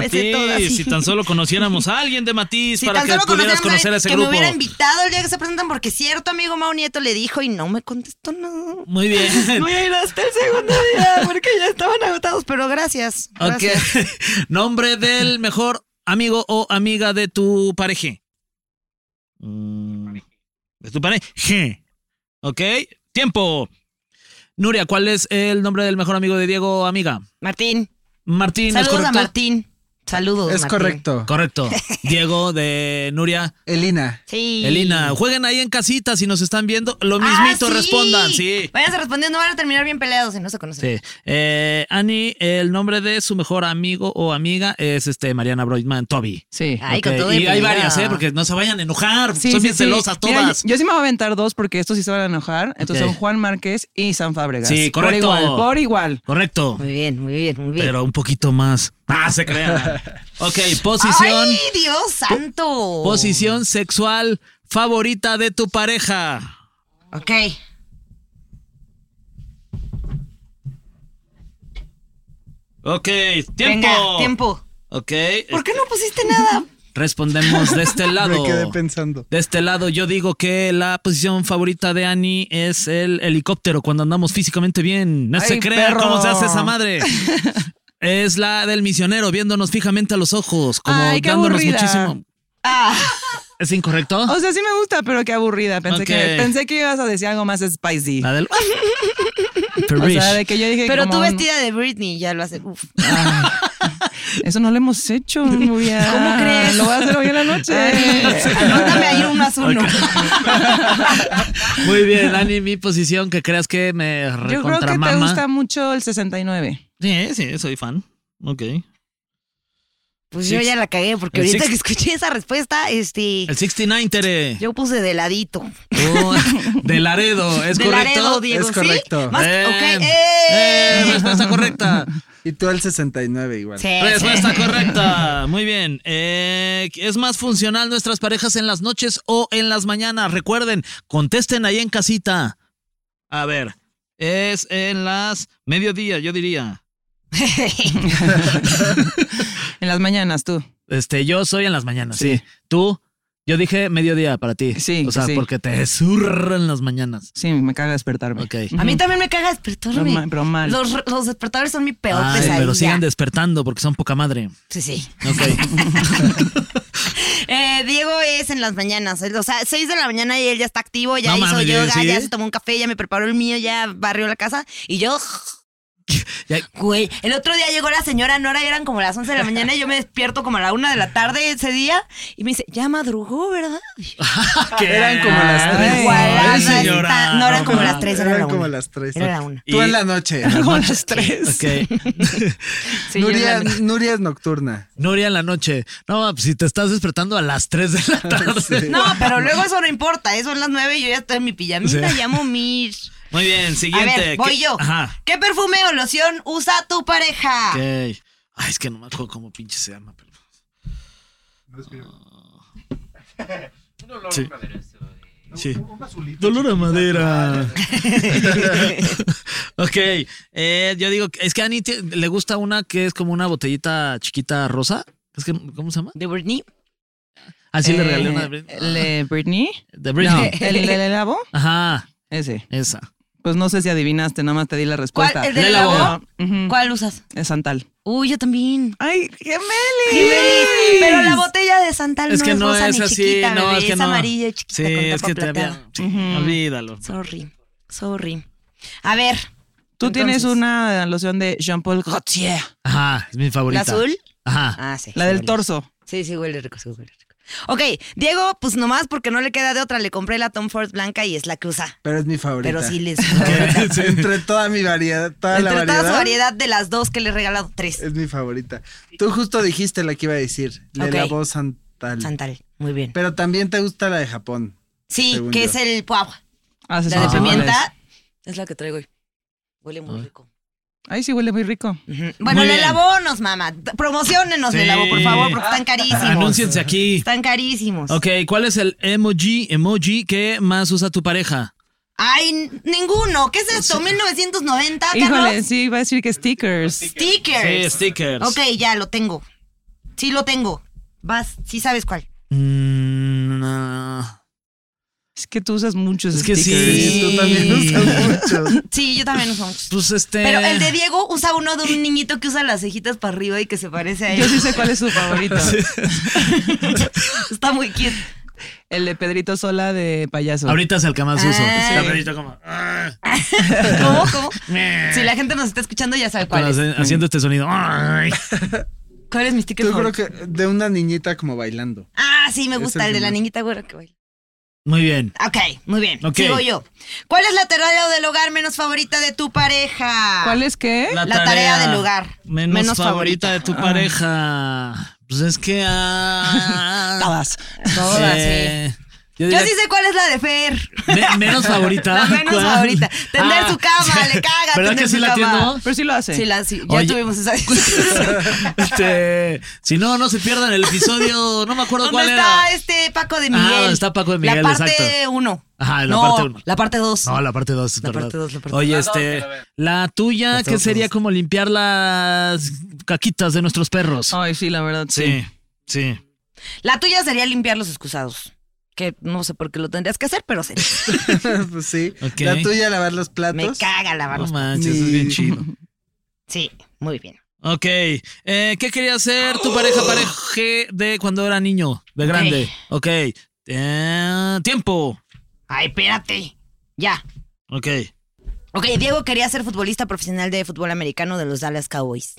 Speaker 2: sé todas.
Speaker 3: Matiz, si tan solo conociéramos a alguien de Matiz
Speaker 2: Si
Speaker 3: para
Speaker 2: tan
Speaker 3: que
Speaker 2: solo
Speaker 3: pudieras
Speaker 2: conociéramos a
Speaker 3: conocer a
Speaker 2: alguien
Speaker 3: ese
Speaker 2: que
Speaker 3: grupo.
Speaker 2: me hubiera invitado el día que se presentan, porque cierto amigo Mau Nieto le dijo y no me contestó nada.
Speaker 3: Muy bien.
Speaker 2: Voy a ir hasta el segundo día porque ya estaban agotados, pero gracias.
Speaker 3: Ok.
Speaker 2: gracias.
Speaker 3: Nombre del mejor amigo o amiga de tu pareja. Mm, De tu pareja. Ok. Tiempo. Nuria, ¿cuál es el nombre del mejor amigo de Diego o amiga?
Speaker 2: Martín.
Speaker 3: Martín, ¿es
Speaker 2: Saludos
Speaker 3: correcto?
Speaker 2: a Martín. Saludos.
Speaker 6: Es
Speaker 2: Martín.
Speaker 6: correcto.
Speaker 3: Correcto. Diego de Nuria.
Speaker 6: Elina.
Speaker 2: Sí.
Speaker 3: Elina, jueguen ahí en casita si nos están viendo. Lo mismito
Speaker 2: Ah, sí.
Speaker 3: respondan, sí.
Speaker 2: Váyanse respondiendo, van a terminar bien peleados y no se conocen.
Speaker 3: Sí. Eh, Ani, el nombre de su mejor amigo o amiga es este Mariana Broidman, Toby.
Speaker 4: Sí.
Speaker 2: Ay,
Speaker 3: Ok,
Speaker 2: con todo y
Speaker 3: y hay
Speaker 2: pelea.
Speaker 3: varias, ¿eh? Porque no se vayan a enojar.
Speaker 4: Sí,
Speaker 3: Son
Speaker 4: sí,
Speaker 3: bien
Speaker 4: sí.
Speaker 3: celosas
Speaker 4: Mira,
Speaker 3: todas.
Speaker 4: yo sí me voy a aventar dos porque estos sí se van a enojar. Entonces
Speaker 3: Ok.
Speaker 4: son Juan Márquez y San Fábregas.
Speaker 3: Sí, correcto.
Speaker 4: Por igual, por igual.
Speaker 3: Correcto.
Speaker 2: Muy bien, muy bien, muy bien.
Speaker 3: Pero un poquito más. Ah, se crea. ok, posición,
Speaker 2: ¡Ay, Dios santo!
Speaker 3: posición sexual favorita de tu pareja.
Speaker 2: Ok.
Speaker 3: Ok, tiempo.
Speaker 2: Venga, tiempo.
Speaker 3: Ok.
Speaker 2: ¿Por qué no pusiste nada?
Speaker 3: Respondemos de este lado.
Speaker 6: Me quedé pensando.
Speaker 3: De este lado, yo digo que la posición favorita de Annie es el helicóptero cuando andamos físicamente bien. No se
Speaker 4: Ay,
Speaker 3: crea
Speaker 4: perro.
Speaker 3: cómo se hace esa madre. es la del misionero viéndonos fijamente a los ojos, como
Speaker 4: Ay, qué
Speaker 3: dándonos
Speaker 4: aburrida.
Speaker 3: muchísimo. ¿Es incorrecto?
Speaker 4: O sea, sí me gusta, pero qué aburrida. Pensé,
Speaker 3: Ok.
Speaker 4: que, pensé que ibas a decir algo más spicy.
Speaker 3: La del.
Speaker 4: O
Speaker 3: Perish.
Speaker 4: sea, de que yo dije
Speaker 2: Pero
Speaker 4: como,
Speaker 2: tú vestida de Britney ya lo hace. Uf.
Speaker 4: Eso no lo hemos hecho, Nuria.
Speaker 2: ¿Cómo crees?
Speaker 4: Lo voy a hacer hoy en la noche.
Speaker 2: Anótame ahí un más uno.
Speaker 3: Muy bien, Annie, mi posición que creas que me
Speaker 4: Yo creo que te gusta
Speaker 3: recontramama.
Speaker 4: mucho el 69.
Speaker 3: Sí, sí, soy fan. Ok.
Speaker 2: Pues yo ya la cagué porque
Speaker 3: El
Speaker 2: ahorita
Speaker 3: six-
Speaker 2: que escuché esa respuesta, este,
Speaker 3: El 69 Tere.
Speaker 2: yo puse de ladito.
Speaker 3: Oh, de Laredo, ¿es
Speaker 2: de
Speaker 3: correcto?
Speaker 2: Laredo, Diego,
Speaker 6: Es
Speaker 2: ¿sí?
Speaker 6: correcto.
Speaker 2: Más-
Speaker 3: Eh,
Speaker 2: ok,
Speaker 3: eh,
Speaker 2: ¡eh!
Speaker 3: respuesta correcta.
Speaker 6: Y tú al 69 igual.
Speaker 2: Sí,
Speaker 3: Respuesta
Speaker 2: sí.
Speaker 3: correcta. Muy bien. Eh, ¿Es más funcional nuestras parejas en las noches o en las mañanas? Recuerden, contesten ahí en casita. A ver, es en las mediodía, yo diría.
Speaker 4: En las mañanas, tú.
Speaker 3: Este, yo soy en las mañanas. Sí. Tú, yo dije mediodía para ti.
Speaker 4: Sí,
Speaker 3: O sea,
Speaker 4: sí.
Speaker 3: porque te surran las mañanas.
Speaker 4: Sí, me caga despertarme.
Speaker 3: Ok.
Speaker 2: A mí también me caga despertarme.
Speaker 4: Pero ma- pero mal.
Speaker 2: Los, los despertadores son mi peor
Speaker 3: Ay,
Speaker 2: pesadilla.
Speaker 3: pero sigan despertando porque son poca madre.
Speaker 2: Sí, sí.
Speaker 3: Ok.
Speaker 2: Eh, Diego es en las mañanas. O sea, 6 de la mañana y él ya está activo, ya
Speaker 3: No
Speaker 2: hizo
Speaker 3: mames, Diego,
Speaker 2: yoga,
Speaker 3: ¿sí?
Speaker 2: ya se tomó un café, ya me preparó el mío, ya barrió la casa. Y yo.
Speaker 3: Ya-
Speaker 2: Güey, el otro día llegó la señora Nora y eran como las 11 de la mañana y yo me despierto como a la 1 de la tarde ese día y me dice, ya madrugó, ¿verdad?
Speaker 6: Eran como las
Speaker 3: Ay,
Speaker 6: tres.
Speaker 2: Igualada
Speaker 3: ay, señora,
Speaker 2: está- no eran como las 3, era la
Speaker 6: Eran
Speaker 2: 1.
Speaker 6: como las tres.
Speaker 2: Era la una.
Speaker 6: Tú en la noche.
Speaker 4: Como a las tres.
Speaker 3: Ok.
Speaker 4: Sí, yo
Speaker 6: Nuria,
Speaker 4: en la-
Speaker 6: Nuria es nocturna.
Speaker 3: Nuria en la noche. No, pues, si te estás despertando a las 3 de la tarde.
Speaker 2: No, pero luego eso no importa, eso son las 9 y yo ya estoy en mi pijamita,
Speaker 3: Sí.
Speaker 2: llamo Mir.
Speaker 3: Muy bien,
Speaker 2: A
Speaker 3: siguiente.
Speaker 2: ver, voy
Speaker 3: ¿Qué-
Speaker 2: yo. Ah.
Speaker 3: Ajá.
Speaker 2: ¿Qué perfume o loción usa tu pareja?
Speaker 3: Ok. Ay, es que no me acuerdo cómo pinche se llama. Pero... Sí. Sí. Dolor a madera. ok. eh, yo digo, que- es que a Ani te- le gusta una que es como una botellita chiquita rosa. Es que, ¿Cómo se llama?
Speaker 2: ¿De Britney?
Speaker 3: Así le
Speaker 4: Eh,
Speaker 3: regalé una de
Speaker 4: ¿El
Speaker 3: Britney. Ah,
Speaker 4: de Britney?
Speaker 3: De Britney.
Speaker 4: No, ¿El del helado?
Speaker 3: Ajá,
Speaker 4: Ese.
Speaker 3: esa.
Speaker 4: Pues no sé si adivinaste, nada más te di la respuesta.
Speaker 2: ¿El del
Speaker 3: Léela
Speaker 2: helado?
Speaker 4: Ujú.
Speaker 2: ¿Cuál usas?
Speaker 4: Es Santal.
Speaker 2: Uy, yo también.
Speaker 4: ¡Ay, gemelis!
Speaker 2: Jimelis, Pero la botella de Santal
Speaker 3: Es
Speaker 2: no
Speaker 3: que
Speaker 2: es
Speaker 3: no
Speaker 2: rosa
Speaker 3: es
Speaker 2: ni
Speaker 3: así,
Speaker 2: chiquita,
Speaker 3: no,
Speaker 2: bebé.
Speaker 3: es que no.
Speaker 2: amarillo y chiquita
Speaker 3: Sí,
Speaker 2: con
Speaker 3: es
Speaker 2: tapa
Speaker 3: que te
Speaker 2: plateada.
Speaker 3: había. sí, Olvídalo.
Speaker 2: Sorry, sorry. A ver,
Speaker 4: Tú tienes
Speaker 2: Entonces.
Speaker 4: una loción de Jean-Paul Gaultier.
Speaker 3: Ajá, es mi
Speaker 2: ¿la
Speaker 3: favorita.
Speaker 2: azul?
Speaker 3: Ajá.
Speaker 2: Ah, sí.
Speaker 4: La
Speaker 2: sí
Speaker 4: del
Speaker 2: huele.
Speaker 4: torso.
Speaker 2: Sí, sí, huele rico, sí, huele rico. Ok, Diego, pues nomás porque no le queda de otra, le compré la Tom Ford blanca y es la que usa.
Speaker 6: Pero es mi favorita.
Speaker 2: Pero sí les...
Speaker 6: Entre toda mi variedad, toda la
Speaker 2: Entre
Speaker 6: variedad.
Speaker 2: toda su variedad de las dos que le he regalado, tres.
Speaker 3: Eh,
Speaker 6: Es mi favorita. Tú justo dijiste la que iba a decir. Le
Speaker 2: Ok.
Speaker 6: lavó Santal.
Speaker 2: Santal, muy bien.
Speaker 6: Pero también te gusta la de Japón.
Speaker 2: Sí,
Speaker 6: según
Speaker 2: que
Speaker 6: yo.
Speaker 2: es el puagua,
Speaker 4: Haces
Speaker 2: la de
Speaker 4: unos tamales.
Speaker 2: pimienta. Es la que traigo hoy. Huele muy rico.
Speaker 4: Ay, sí, huele muy rico.
Speaker 2: Ujú. Bueno,
Speaker 3: Muy
Speaker 2: le
Speaker 3: bien.
Speaker 2: lavó nos mamá. Promocionenos
Speaker 3: Sí.
Speaker 2: le lavó, por favor, porque están carísimos.
Speaker 3: Anúnciense aquí.
Speaker 2: Están carísimos.
Speaker 3: Ok, ¿cuál es el emoji, emoji que más usa tu pareja?
Speaker 2: Ay, n- ninguno. ¿Qué es esto? 1990,
Speaker 4: Híjole,
Speaker 2: Ah, Carlos.
Speaker 4: sí, iba a decir que stickers.
Speaker 2: Stickers.
Speaker 3: stickers.
Speaker 2: Ok, ya lo tengo. Sí lo tengo. Vas, sí sabes cuál.
Speaker 3: Mm, no.
Speaker 4: Es que tú usas muchos
Speaker 3: Es que sí.
Speaker 4: stickers.
Speaker 6: Tú también usas mucho.
Speaker 2: Sí, yo también uso muchos.
Speaker 3: Pues este.
Speaker 2: Pero el de Diego usa uno de un niñito que usa las cejitas para arriba y que se parece a
Speaker 4: Yo
Speaker 2: él.
Speaker 4: sí sé cuál es su favorito.
Speaker 2: Está muy cute.
Speaker 4: El de Pedrito Sola de payaso.
Speaker 3: Ahorita es el que más uso.
Speaker 2: Ah.
Speaker 3: Está perrito como. ah,
Speaker 2: ¿Cómo? ¿Cómo?
Speaker 3: meh,
Speaker 2: Si la gente nos está escuchando, ya sabe
Speaker 3: con
Speaker 2: cuál es.
Speaker 3: Ah, hace- Haciendo este sonido. Ay.
Speaker 2: ¿Cuál es mi sticker?
Speaker 6: Yo creo
Speaker 2: favorito?
Speaker 6: que de una niñita como bailando.
Speaker 2: Ah, sí, me gusta
Speaker 6: Ese
Speaker 2: el
Speaker 6: es
Speaker 2: de la
Speaker 6: el más-
Speaker 2: niñita güera que baila.
Speaker 3: Muy bien.
Speaker 2: Ok, muy bien.
Speaker 3: Ok.
Speaker 2: Sigo yo. ¿Cuál es la tarea del hogar menos favorita de tu pareja?
Speaker 4: ¿Cuál es qué?
Speaker 2: La tarea del hogar.
Speaker 3: Menos,
Speaker 2: Menos favorita.
Speaker 3: favorita,
Speaker 2: Ah.
Speaker 3: de tu pareja. Pues es que. ah,
Speaker 4: Todas.
Speaker 2: Todas,
Speaker 3: eh, Yo
Speaker 2: Yo
Speaker 3: diría
Speaker 2: sí sé cuál es la de Fer.
Speaker 3: me- menos favorita.
Speaker 2: La menos
Speaker 3: ¿Cuál? Ah.
Speaker 2: favorita. Tender su cama, le caga
Speaker 3: ¿Verdad
Speaker 2: tender
Speaker 3: que sí
Speaker 2: su
Speaker 3: la
Speaker 2: cama.
Speaker 3: atiendo?
Speaker 4: Pero sí lo hace.
Speaker 2: Sí, la, sí, ya
Speaker 3: Oye.
Speaker 2: tuvimos esa discusión.
Speaker 3: Este, si no, no se pierdan el episodio. No me acuerdo cuál
Speaker 2: ¿Dónde está
Speaker 3: era.
Speaker 2: este Paco de
Speaker 3: Ah,
Speaker 2: Miguel?
Speaker 3: ¿dónde está Paco de Miguel?
Speaker 2: La parte
Speaker 3: Exacto.
Speaker 2: 1.
Speaker 3: Ajá, la
Speaker 2: no,
Speaker 3: parte uno.
Speaker 2: La parte 2.
Speaker 3: No, la parte 2.
Speaker 2: La parte dos, la parte
Speaker 3: Oye, este, la tuya, que sería como limpiar las caquitas de nuestros perros.
Speaker 2: Ah,
Speaker 4: Ay, sí, la verdad, sí.
Speaker 3: Sí, sí.
Speaker 2: La tuya sería limpiar los excusados. Que no sé por qué lo tendrías que hacer, pero se
Speaker 6: pues sí.
Speaker 3: Ok.
Speaker 6: La tuya, lavar los
Speaker 2: me
Speaker 6: platos.
Speaker 2: caga
Speaker 3: No
Speaker 2: lavarlos.
Speaker 3: manches, es bien chido.
Speaker 2: Sí, muy bien.
Speaker 3: Ok, eh, ¿qué quería hacer tu pareja pareje de cuando era niño, de grande? Ok, Eh, tiempo.
Speaker 2: Ay, espérate. Ya.
Speaker 3: Ok,
Speaker 2: Ok, Diego quería ser futbolista profesional de fútbol americano de los Dallas Cowboys.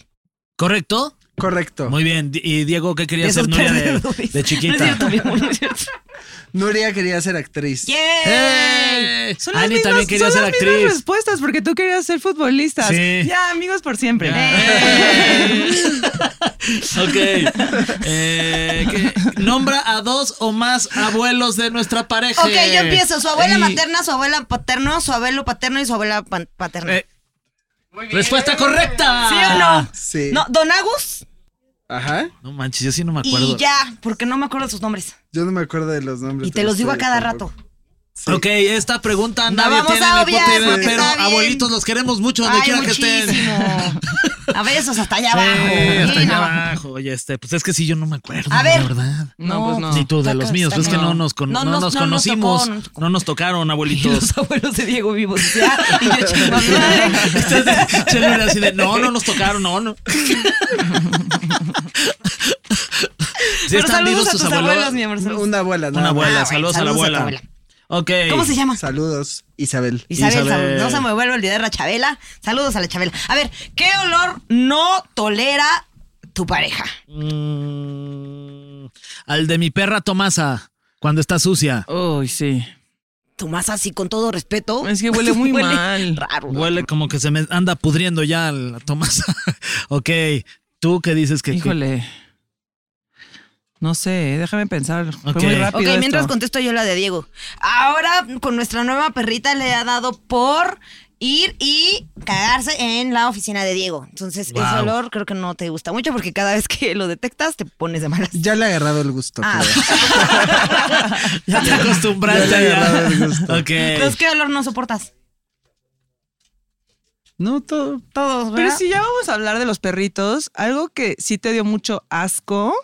Speaker 3: ¿correcto?
Speaker 6: Correcto.
Speaker 3: Muy bien. Di- ¿Y Diego qué quería
Speaker 2: De
Speaker 3: hacer
Speaker 2: esos
Speaker 3: Nuria de,
Speaker 2: perdedores.
Speaker 3: de
Speaker 2: No es
Speaker 3: chiquita?
Speaker 2: cierto, mi amor, no es cierto.
Speaker 6: Nuria quería ser actriz.
Speaker 2: ¡Yay!
Speaker 3: ¡Eh!
Speaker 4: Son las
Speaker 3: Ani
Speaker 4: mismas-
Speaker 3: también quería
Speaker 4: son
Speaker 3: ser
Speaker 4: las mismas
Speaker 3: actriz.
Speaker 4: respuestas porque tú querías ser futbolista.
Speaker 3: Sí.
Speaker 4: Ya, amigos por siempre. Eh,
Speaker 3: Ok. Eh, ¿qué? Nombra a dos o más abuelos de nuestra pareja.
Speaker 2: Ok, yo empiezo. Su abuela
Speaker 3: Y-
Speaker 2: materna, su abuela paterno, su abuelo paterno y su abuela pan- paterna.
Speaker 3: Eh, ah. Respuesta correcta.
Speaker 2: ¿Sí o no?
Speaker 6: Sí.
Speaker 2: No, Don Agus
Speaker 6: Ajá.
Speaker 3: No manches, yo sí no me acuerdo.
Speaker 2: y ya, porque no me acuerdo sus nombres.
Speaker 6: Yo no me acuerdo de los nombres.
Speaker 2: Y
Speaker 6: de
Speaker 2: te los digo a
Speaker 6: ustedes
Speaker 2: cada
Speaker 6: tampoco.
Speaker 2: rato.
Speaker 3: Ok, esta pregunta
Speaker 2: La
Speaker 3: nadie
Speaker 2: vamos
Speaker 3: tiene
Speaker 2: a
Speaker 3: ni
Speaker 2: obviar
Speaker 3: puta idea,
Speaker 2: porque
Speaker 3: pero
Speaker 2: está bien.
Speaker 3: abuelitos los queremos mucho donde
Speaker 2: Ay,
Speaker 3: quiera que estén.
Speaker 2: muchísimo. A besos hasta allá abajo.
Speaker 3: Sí, hasta
Speaker 2: Bien
Speaker 3: allá
Speaker 2: abajo.
Speaker 3: abajo. Oye, este, pues es que sí, yo no me acuerdo,
Speaker 2: A ver.
Speaker 3: la verdad.
Speaker 4: No, pues no.
Speaker 3: Ni tú de los míos, pues es que no nos, con-
Speaker 2: No
Speaker 3: no
Speaker 2: nos-
Speaker 3: nos
Speaker 2: no nos
Speaker 3: conocimos,
Speaker 2: tocó, no nos tocó.
Speaker 3: no nos tocaron, abuelitos.
Speaker 2: Los abuelos de Diego vivos. ya, y yo chingo a mi madre.
Speaker 3: Este, Chelo era así de, no, no nos tocaron, no, no. Sí
Speaker 2: Pero
Speaker 3: están
Speaker 2: saludos
Speaker 3: vivos
Speaker 2: a
Speaker 3: tus
Speaker 2: tus abuelos, mi amor. saludos.
Speaker 6: Una abuela,
Speaker 3: Una
Speaker 6: nada más.
Speaker 3: abuela,
Speaker 2: Ah, bueno,
Speaker 3: saludos, a la
Speaker 2: saludos a tu
Speaker 3: abuela.
Speaker 2: abuela.
Speaker 3: Ok.
Speaker 2: ¿Cómo se llama?
Speaker 6: Saludos, Isabel.
Speaker 2: Isabel,
Speaker 3: Isabel.
Speaker 2: saludos. no se me vuelve a olvidar la Chabela. Saludos a la Chabela. A ver, ¿qué olor no tolera tu pareja?
Speaker 3: Mm, al de mi perra Tomasa, cuando está sucia.
Speaker 4: Uy, sí.
Speaker 2: Tu masa, así con todo respeto.
Speaker 4: Es que huele muy mal.
Speaker 2: Raro.
Speaker 3: Huele como que se me anda pudriendo ya la Tomasa. ok. ¿Tú qué dices que... que-
Speaker 4: Híjole. No sé, eh, déjame pensar.
Speaker 3: Ok.
Speaker 4: Fue muy
Speaker 2: Ok,
Speaker 4: rápido.
Speaker 2: mientras
Speaker 4: esto.
Speaker 2: contesto yo la de Diego. Ahora con nuestra nueva perrita le ha dado por ir y cagarse en la oficina de Diego. Entonces, ese
Speaker 3: Wow.
Speaker 2: olor creo que no te gusta mucho porque cada vez que lo detectas te pones de malas.
Speaker 6: Ya le ha agarrado el gusto.
Speaker 2: Ah.
Speaker 6: creo.
Speaker 3: Ya te acostumbraste.
Speaker 6: Ya le he
Speaker 3: ya.
Speaker 6: agarrado el gusto.
Speaker 3: Ok.
Speaker 2: Entonces, ¿qué olor no soportas?
Speaker 6: No, todo.
Speaker 2: Todos, ¿verdad?
Speaker 4: Pero si ya vamos a hablar de los perritos, algo que sí te dio mucho asco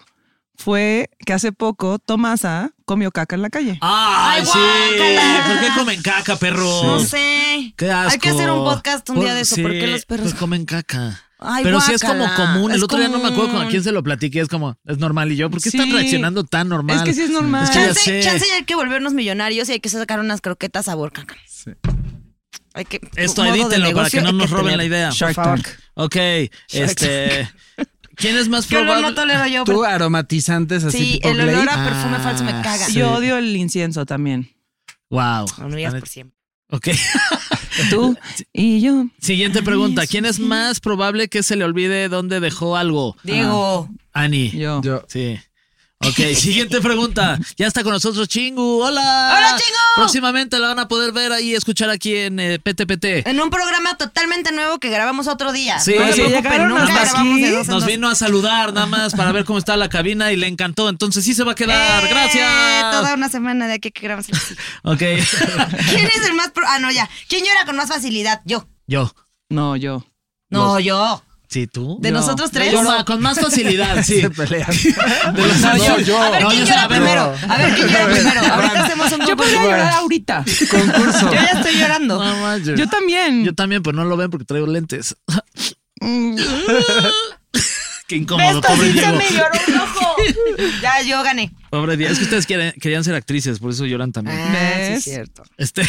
Speaker 4: fue que hace poco Tomasa comió caca en la calle.
Speaker 3: ¡Ay,
Speaker 2: Ay,
Speaker 3: sí!
Speaker 2: guácala.
Speaker 3: ¿Por qué comen caca, perros?
Speaker 2: No sé.
Speaker 3: Mm. Qué asco.
Speaker 2: Hay que hacer un podcast un
Speaker 3: Por-
Speaker 2: día de eso. ¿Por
Speaker 3: sí,
Speaker 2: qué los perros?
Speaker 3: Pues comen caca.
Speaker 2: Ay,
Speaker 3: Pero sí es como
Speaker 2: guácala.
Speaker 3: común. El
Speaker 2: Es
Speaker 3: otro día no me acuerdo con
Speaker 2: común.
Speaker 3: quién se lo platiqué. Es como, es normal. Y yo, ¿por qué están
Speaker 4: Sí.
Speaker 3: reaccionando tan normal?
Speaker 4: Es que sí es normal.
Speaker 3: Es que ya sé.
Speaker 2: Chance, chance ya hay que volvernos millonarios y hay que sacar unas croquetas sabor caca. Hay que,
Speaker 3: Esto
Speaker 2: modo de
Speaker 3: edítenlo para
Speaker 2: negocio
Speaker 3: que no
Speaker 2: hay
Speaker 3: nos roben
Speaker 2: tener.
Speaker 3: la idea.
Speaker 6: Shark Tank.
Speaker 3: Ok, este. ¿Quién es más
Speaker 2: Que olor
Speaker 3: probable?
Speaker 2: no tolero yo.
Speaker 6: Tú aromatizantes así
Speaker 2: Sí,
Speaker 6: tipo
Speaker 2: el
Speaker 6: Glade.
Speaker 2: olor a perfume
Speaker 3: Ah,
Speaker 2: falso me caga.
Speaker 3: sí.
Speaker 4: Yo odio el incienso también.
Speaker 3: Wow.
Speaker 2: No, no digas por siempre.
Speaker 3: Ok.
Speaker 4: Tú y yo.
Speaker 3: Siguiente pregunta. ¿Quién es más probable que se le olvide dónde dejó algo?
Speaker 2: Diego.
Speaker 3: Ah. Ani.
Speaker 4: Yo.
Speaker 6: Yo.
Speaker 3: Sí. Ok, siguiente pregunta. Ya está con nosotros Chingu. ¡Hola!
Speaker 2: ¡Hola, Chingu!
Speaker 3: Próximamente la van a poder ver ahí, escuchar aquí en eh, PTPT.
Speaker 2: En un programa totalmente nuevo que grabamos otro día.
Speaker 3: Sí.
Speaker 2: No se
Speaker 3: Oye,
Speaker 2: preocupen,
Speaker 4: llegaron
Speaker 2: nunca
Speaker 4: hasta
Speaker 2: grabamos
Speaker 4: aquí.
Speaker 2: de dos en
Speaker 3: Nos
Speaker 2: dos.
Speaker 3: vino a saludar nada más para ver cómo está la cabina y le encantó. Entonces sí se va a quedar.
Speaker 2: Eh, Toda
Speaker 3: ¡Gracias!
Speaker 2: una semana de aquí que grabamos. el-
Speaker 3: Ok.
Speaker 2: ¿Quién es el más pro- Ah, no, ya. ¿Quién llora con más facilidad? Yo.
Speaker 3: Yo.
Speaker 4: No, yo.
Speaker 2: No, yo.
Speaker 3: Sí, tú.
Speaker 2: De nosotros tres.
Speaker 3: Con, ma- con más facilidad, sí.
Speaker 6: Se pelean.
Speaker 3: De los-
Speaker 6: No, yo.
Speaker 2: A ver,
Speaker 3: No,
Speaker 2: ¿quién
Speaker 3: yo
Speaker 2: llora
Speaker 3: sé, a ver,
Speaker 2: primero?
Speaker 3: no.
Speaker 2: A ver, ¿quién llora primero? Ahorita hacemos un
Speaker 4: Yo
Speaker 2: concurso.
Speaker 4: podría llorar ahorita.
Speaker 6: Concurso.
Speaker 2: Yo ya estoy llorando.
Speaker 3: No manches.
Speaker 4: Yo también.
Speaker 3: Yo también, pero no lo ven porque traigo lentes. Qué incómodo,
Speaker 2: Esta
Speaker 3: pobre
Speaker 2: sí se
Speaker 3: Diego.
Speaker 2: me lloró un ojo. Ya, yo gané.
Speaker 3: Pobre Diego. Es que ustedes quieren- querían ser actrices, por eso lloran también.
Speaker 2: Ah.
Speaker 4: ¿Ves?
Speaker 2: cierto.
Speaker 3: Este.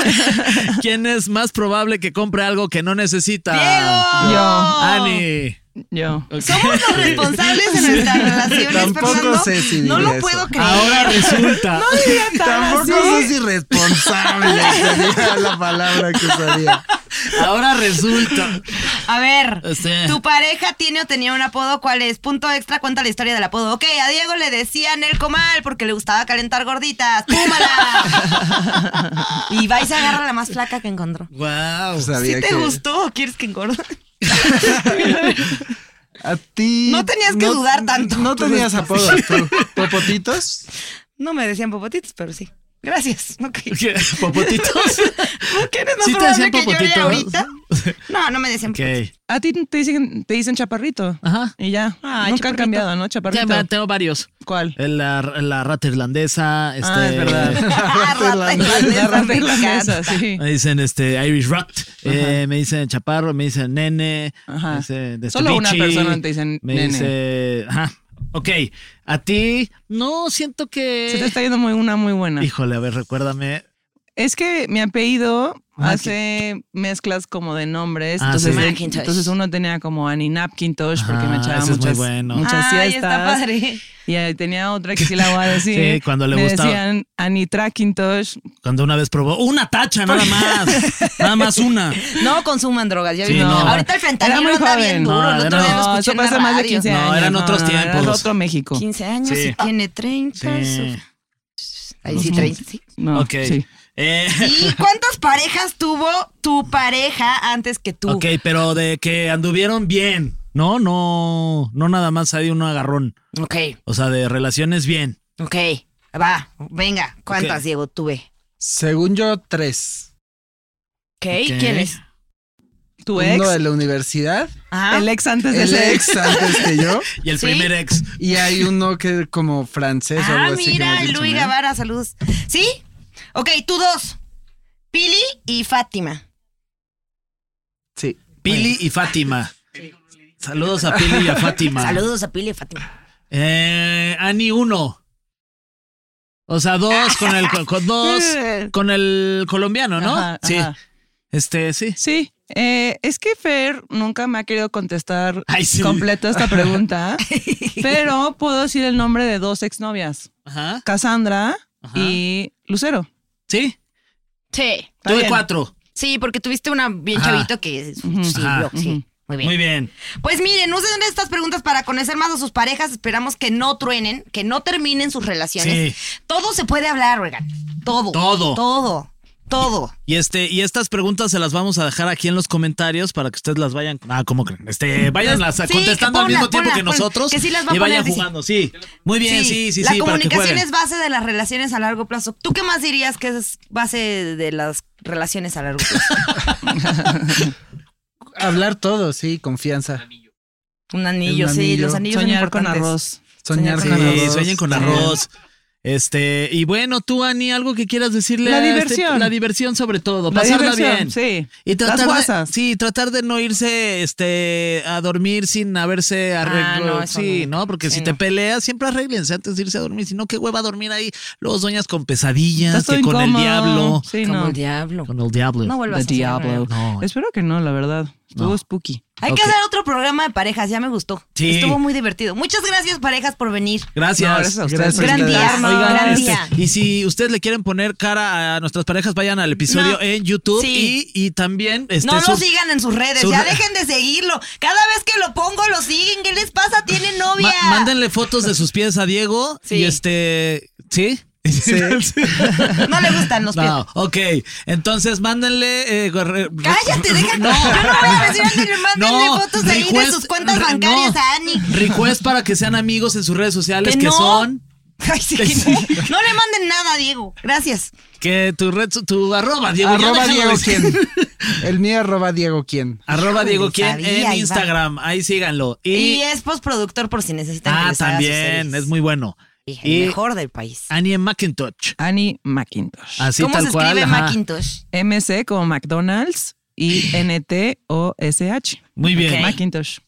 Speaker 3: ¿Quién es más probable que compre algo que no necesita?
Speaker 6: Ah,
Speaker 2: ¡Diego!
Speaker 4: Yo.
Speaker 3: Ani.
Speaker 4: Yo.
Speaker 3: Ok.
Speaker 2: Somos los responsables de nuestras relaciones,
Speaker 6: Tampoco
Speaker 2: Fernando.
Speaker 6: sé si
Speaker 2: no
Speaker 6: diría
Speaker 2: lo
Speaker 6: eso.
Speaker 2: puedo creer.
Speaker 3: Ahora resulta.
Speaker 6: Tampoco sos irresponsable. sería la palabra que usaría.
Speaker 3: Ahora resulta.
Speaker 2: A ver,
Speaker 3: Este.
Speaker 2: tu pareja tiene o tenía un apodo, ¿cuál es? Punto extra, cuenta la historia del apodo. Ok, a Diego le decían el comal porque le gustaba calentar gorditas. ¡Púmala! y vais a agarrar la más flaca que encontró.
Speaker 3: Wow.
Speaker 2: ¿Sí
Speaker 6: Sabía
Speaker 2: te
Speaker 6: que-
Speaker 2: gustó o quieres que engorde?
Speaker 6: A ti.
Speaker 2: No tenías que dudar tanto.
Speaker 6: No tenías apodo. tú. Popotitos.
Speaker 2: No me decían popotitos, pero sí. Gracias. Ok.
Speaker 3: ¿Qué? ¿Popotitos?
Speaker 2: ¿Por qué eres más
Speaker 3: ¿Sí te
Speaker 2: probable
Speaker 3: decían
Speaker 2: que llore
Speaker 3: popotito?
Speaker 2: ahorita? No, no me decían
Speaker 3: Ok.
Speaker 2: popotito.
Speaker 4: A ti te dicen, te dicen chaparrito.
Speaker 3: Ajá.
Speaker 4: Y ya.
Speaker 2: Ay,
Speaker 4: Nunca han
Speaker 2: chaparrito.
Speaker 4: cambiado, ¿no?
Speaker 3: Ya,
Speaker 4: Chaparrito.
Speaker 3: me- tengo varios.
Speaker 4: ¿Cuál?
Speaker 3: La, la rata irlandesa. Este,
Speaker 4: es verdad.
Speaker 2: Ah, rata irlandesa,
Speaker 4: La
Speaker 2: me
Speaker 4: rata irlandesa,
Speaker 2: encanta.
Speaker 4: sí.
Speaker 3: Me dicen este Irish Rat, eh, me dicen Chaparro, me dicen Nene,
Speaker 4: Ajá.
Speaker 3: me dicen, este,
Speaker 4: Solo una
Speaker 3: Bichi,
Speaker 4: persona te dicen
Speaker 3: me
Speaker 4: nene.
Speaker 3: dice, ajá. Ok, a ti no siento que
Speaker 4: Se te está yendo muy una muy buena.
Speaker 3: Híjole, a ver, recuérdame.
Speaker 4: Es que mi apellido
Speaker 3: Ah,
Speaker 4: hace mezclas como de nombres.
Speaker 3: Ah,
Speaker 4: entonces,
Speaker 3: sí.
Speaker 4: de-
Speaker 2: Macintosh.
Speaker 4: entonces uno tenía como Annie Napkintosh porque
Speaker 3: Ah,
Speaker 4: me echaba
Speaker 3: ese es muy
Speaker 4: muchas,
Speaker 3: bueno.
Speaker 4: muchas
Speaker 2: Ay,
Speaker 4: siestas.
Speaker 2: está padre.
Speaker 4: Y ahí tenía otra que sí la voy a decir.
Speaker 3: Sí, cuando le
Speaker 4: me
Speaker 3: gustaba.
Speaker 4: decían Annie Trackintosh.
Speaker 3: Cuando una vez probó una tacha nada más, nada más una.
Speaker 2: No consuman drogas, ya
Speaker 3: Sí,
Speaker 2: vi.
Speaker 3: no.
Speaker 2: Ahorita el
Speaker 4: Era
Speaker 2: fentanilo
Speaker 4: muy
Speaker 2: anda
Speaker 4: joven.
Speaker 2: bien duro.
Speaker 3: No,
Speaker 2: el
Speaker 3: era-
Speaker 2: otro día lo
Speaker 4: No,
Speaker 2: escuché
Speaker 4: eso
Speaker 2: en
Speaker 4: fue
Speaker 2: la
Speaker 4: hace más de
Speaker 2: radio.
Speaker 4: 15
Speaker 3: No,
Speaker 4: años.
Speaker 3: eran otros tiempos.
Speaker 4: Era otro México.
Speaker 2: 15 años
Speaker 3: Sí.
Speaker 2: y tiene 30.
Speaker 3: Sí.
Speaker 2: su- Ahí sí, 30, sí.
Speaker 4: No,
Speaker 3: ok.
Speaker 4: sí.
Speaker 3: Eh,
Speaker 2: ¿Y cuántas parejas tuvo tu pareja antes que tú?
Speaker 3: ok, pero de que anduvieron bien. No, no, no nada más hay un agarrón.
Speaker 2: Ok,
Speaker 3: O sea, de relaciones bien.
Speaker 2: ok. Va, venga. ¿Cuántas,
Speaker 3: Ok.
Speaker 2: Diego, tuve?
Speaker 6: Según yo, tres.
Speaker 2: Ok,
Speaker 3: Ok.
Speaker 2: ¿quién es?
Speaker 4: Tu ex,
Speaker 6: Uno de la universidad.
Speaker 2: Ajá.
Speaker 4: el ex antes de
Speaker 6: El
Speaker 4: ese
Speaker 6: ex antes que yo.
Speaker 3: Y el
Speaker 2: Sí.
Speaker 3: primer ex.
Speaker 6: Y hay uno que como francés o
Speaker 2: Ah,
Speaker 6: algo así. que me
Speaker 2: mira,
Speaker 6: has dicho,
Speaker 2: Luis
Speaker 6: ¿no?
Speaker 2: Guevara, saludos. ¿Sí? Ok, tú dos. Pili y Fátima.
Speaker 6: Sí.
Speaker 3: Pili y Fátima. Saludos a Pili y a Fátima.
Speaker 2: Saludos a Pili y Fátima.
Speaker 3: Eh, Ani uno. O sea, dos con el co- con dos con el colombiano, ¿no?
Speaker 4: Ajá,
Speaker 3: sí.
Speaker 4: ajá.
Speaker 3: Este, sí.
Speaker 4: Sí, eh, es que Fer nunca me ha querido contestar
Speaker 3: Ay, sí.
Speaker 4: completo esta pregunta, pero puedo decir el nombre de dos exnovias,
Speaker 3: Ajá.
Speaker 4: Cassandra
Speaker 3: Ajá.
Speaker 4: y Lucero.
Speaker 3: Sí.
Speaker 2: Sí.
Speaker 4: Está
Speaker 3: Tuve
Speaker 4: bien.
Speaker 3: cuatro.
Speaker 2: Sí, porque tuviste una bien
Speaker 3: Ajá.
Speaker 2: chavito que sí,
Speaker 3: Ajá.
Speaker 2: sí, muy bien.
Speaker 3: Muy bien.
Speaker 2: Pues miren, usen estas preguntas para conocer más a sus parejas. Esperamos que no truenen, que no terminen sus relaciones. Todo se puede hablar, oigan. Todo.
Speaker 3: Todo.
Speaker 2: Todo. Todo.
Speaker 3: Y este, y estas preguntas se las vamos a dejar aquí en los comentarios para que ustedes las vayan. Ah, ¿cómo creen? Este, váyanlas
Speaker 2: Sí,
Speaker 3: contestando
Speaker 2: que
Speaker 3: al
Speaker 2: ponlas,
Speaker 3: mismo tiempo que
Speaker 2: ponlas,
Speaker 3: nosotros.
Speaker 2: que sí las va a
Speaker 3: y vayan
Speaker 2: poner, sí, sí.
Speaker 3: jugando, sí. Muy bien, sí, sí, sí.
Speaker 2: La
Speaker 3: para que
Speaker 2: comunicación
Speaker 3: jueguen.
Speaker 2: es base de las relaciones a largo plazo. ¿Tú qué más dirías que es base de las relaciones a largo plazo?
Speaker 6: Hablar todo, sí, confianza.
Speaker 2: Un anillo,
Speaker 6: Un
Speaker 2: sí,
Speaker 6: anillo.
Speaker 2: los anillos son
Speaker 4: Soñar con
Speaker 2: importantes.
Speaker 4: arroz.
Speaker 6: Soñar
Speaker 3: Sí,
Speaker 6: con arroz.
Speaker 3: sueñen con
Speaker 6: Sí.
Speaker 3: arroz. Este, y bueno, tú, Ani, algo que quieras decirle
Speaker 4: La
Speaker 3: a este-
Speaker 4: diversión.
Speaker 3: la diversión sobre todo,
Speaker 4: La
Speaker 3: pasarla
Speaker 4: diversión,
Speaker 3: bien.
Speaker 4: sí.
Speaker 3: Y
Speaker 4: Las
Speaker 3: tratar
Speaker 4: guasas.
Speaker 3: de, sí, tratar de no irse este a dormir sin haberse arreglado.
Speaker 2: Ah, no, eso
Speaker 3: sí,
Speaker 2: nunca.
Speaker 3: ¿no? Porque
Speaker 2: Sí,
Speaker 3: si te
Speaker 2: no.
Speaker 3: peleas, siempre arréglense antes de irse a dormir, si no qué hueva dormir ahí. Luego sueñas con pesadillas,
Speaker 4: Estás todo
Speaker 3: Ah, que con el
Speaker 4: incómodo.
Speaker 3: diablo,
Speaker 4: Sí,
Speaker 2: Como
Speaker 4: no.
Speaker 2: el diablo.
Speaker 3: con el diablo.
Speaker 2: No vuelvas a
Speaker 4: The
Speaker 2: hacer
Speaker 4: Diablo.
Speaker 3: No.
Speaker 4: Espero que no, la verdad. Estuvo
Speaker 3: No.
Speaker 4: spooky.
Speaker 2: Hay
Speaker 3: Ok.
Speaker 2: que hacer otro programa de parejas, ya me gustó.
Speaker 3: Sí.
Speaker 2: Estuvo muy divertido. Muchas gracias, parejas, por venir.
Speaker 3: Gracias.
Speaker 4: No, gracias a ustedes
Speaker 6: Gracias.
Speaker 4: por
Speaker 2: Gran
Speaker 4: invitarme.
Speaker 2: día, Arnold.
Speaker 3: Oigan,
Speaker 2: Gran
Speaker 3: este,
Speaker 2: día.
Speaker 3: y si ustedes le quieren poner cara a nuestras parejas, vayan al episodio
Speaker 2: No.
Speaker 3: en YouTube
Speaker 2: Sí.
Speaker 3: y, y también este,
Speaker 2: no lo
Speaker 3: sub-
Speaker 2: sigan en sus redes,
Speaker 3: sus
Speaker 2: ya
Speaker 3: re-
Speaker 2: dejen de seguirlo. Cada vez que lo pongo lo siguen. ¿Qué les pasa? Tiene novia.
Speaker 3: ma- mándenle fotos de sus pies a Diego
Speaker 2: Sí.
Speaker 3: y este, ¿sí?
Speaker 2: No le gustan los pies.
Speaker 3: No, ok. Entonces mándenle. eh, re-
Speaker 2: Cállate, deja.
Speaker 3: No.
Speaker 2: Yo no voy a decir a nadie, mándenle
Speaker 3: No,
Speaker 2: fotos ahí de
Speaker 3: request-
Speaker 2: sus cuentas
Speaker 3: re-
Speaker 2: bancarias
Speaker 3: no.
Speaker 2: a Ani.
Speaker 3: Request para que sean amigos en sus redes sociales
Speaker 2: Que
Speaker 3: que
Speaker 2: no.
Speaker 3: son
Speaker 2: Ay, sí, que no. No le manden nada, Diego. Gracias.
Speaker 3: que tu red so- tu arroba Diego ya
Speaker 6: Arroba
Speaker 3: déjalo
Speaker 6: Diego
Speaker 3: decir.
Speaker 6: quién. El mío arroba Diego quién.
Speaker 3: Arroba Diego quién
Speaker 2: sabía,
Speaker 3: en
Speaker 2: Iván.
Speaker 3: Instagram. Ahí síganlo. Y,
Speaker 2: Y es postproductor por si necesitan que
Speaker 3: ah,
Speaker 2: les haga sus
Speaker 3: también
Speaker 2: series.
Speaker 3: es muy bueno.
Speaker 2: Sí, el
Speaker 3: y-
Speaker 2: mejor del país.
Speaker 3: Annie McIntosh.
Speaker 4: Annie McIntosh.
Speaker 3: Así
Speaker 2: ¿Cómo
Speaker 3: tal
Speaker 2: se
Speaker 3: cual.
Speaker 2: escribe
Speaker 3: ajá.
Speaker 2: Macintosh?
Speaker 4: MC como McDonald's y N-T-O-S-H.
Speaker 3: Muy bien.
Speaker 2: Ok.
Speaker 4: Macintosh.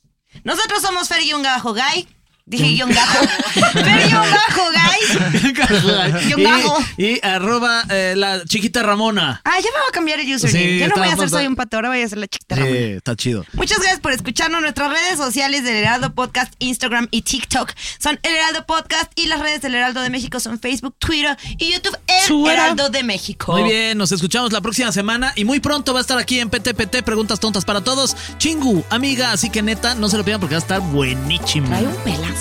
Speaker 2: Nosotros somos Fer guión bajo Guy. Dije guión bajo. Fer guión bajo Guy. Yo bajo.
Speaker 3: y, y arroba eh, la chiquita Ramona.
Speaker 2: Ah, ya me voy a cambiar el username.
Speaker 3: Sí,
Speaker 2: ya no voy a
Speaker 3: estaba
Speaker 2: hacer soy
Speaker 3: pasando.
Speaker 2: un pato, ahora voy a hacer la chiquita Ramona.
Speaker 3: Eh, está chido.
Speaker 2: Muchas gracias por escucharnos. Nuestras redes sociales del Heraldo Podcast, Instagram y TikTok son El Heraldo Podcast y las redes del Heraldo de México son Facebook, Twitter y YouTube El
Speaker 4: Suera.
Speaker 2: Heraldo de México.
Speaker 3: Muy bien, nos escuchamos la próxima semana y muy pronto va a estar aquí en PTPT Preguntas Tontas para Todos. Chingu, amiga, así que neta, no se lo pierdan porque va a estar buenísimo.
Speaker 2: Trae un pelazo.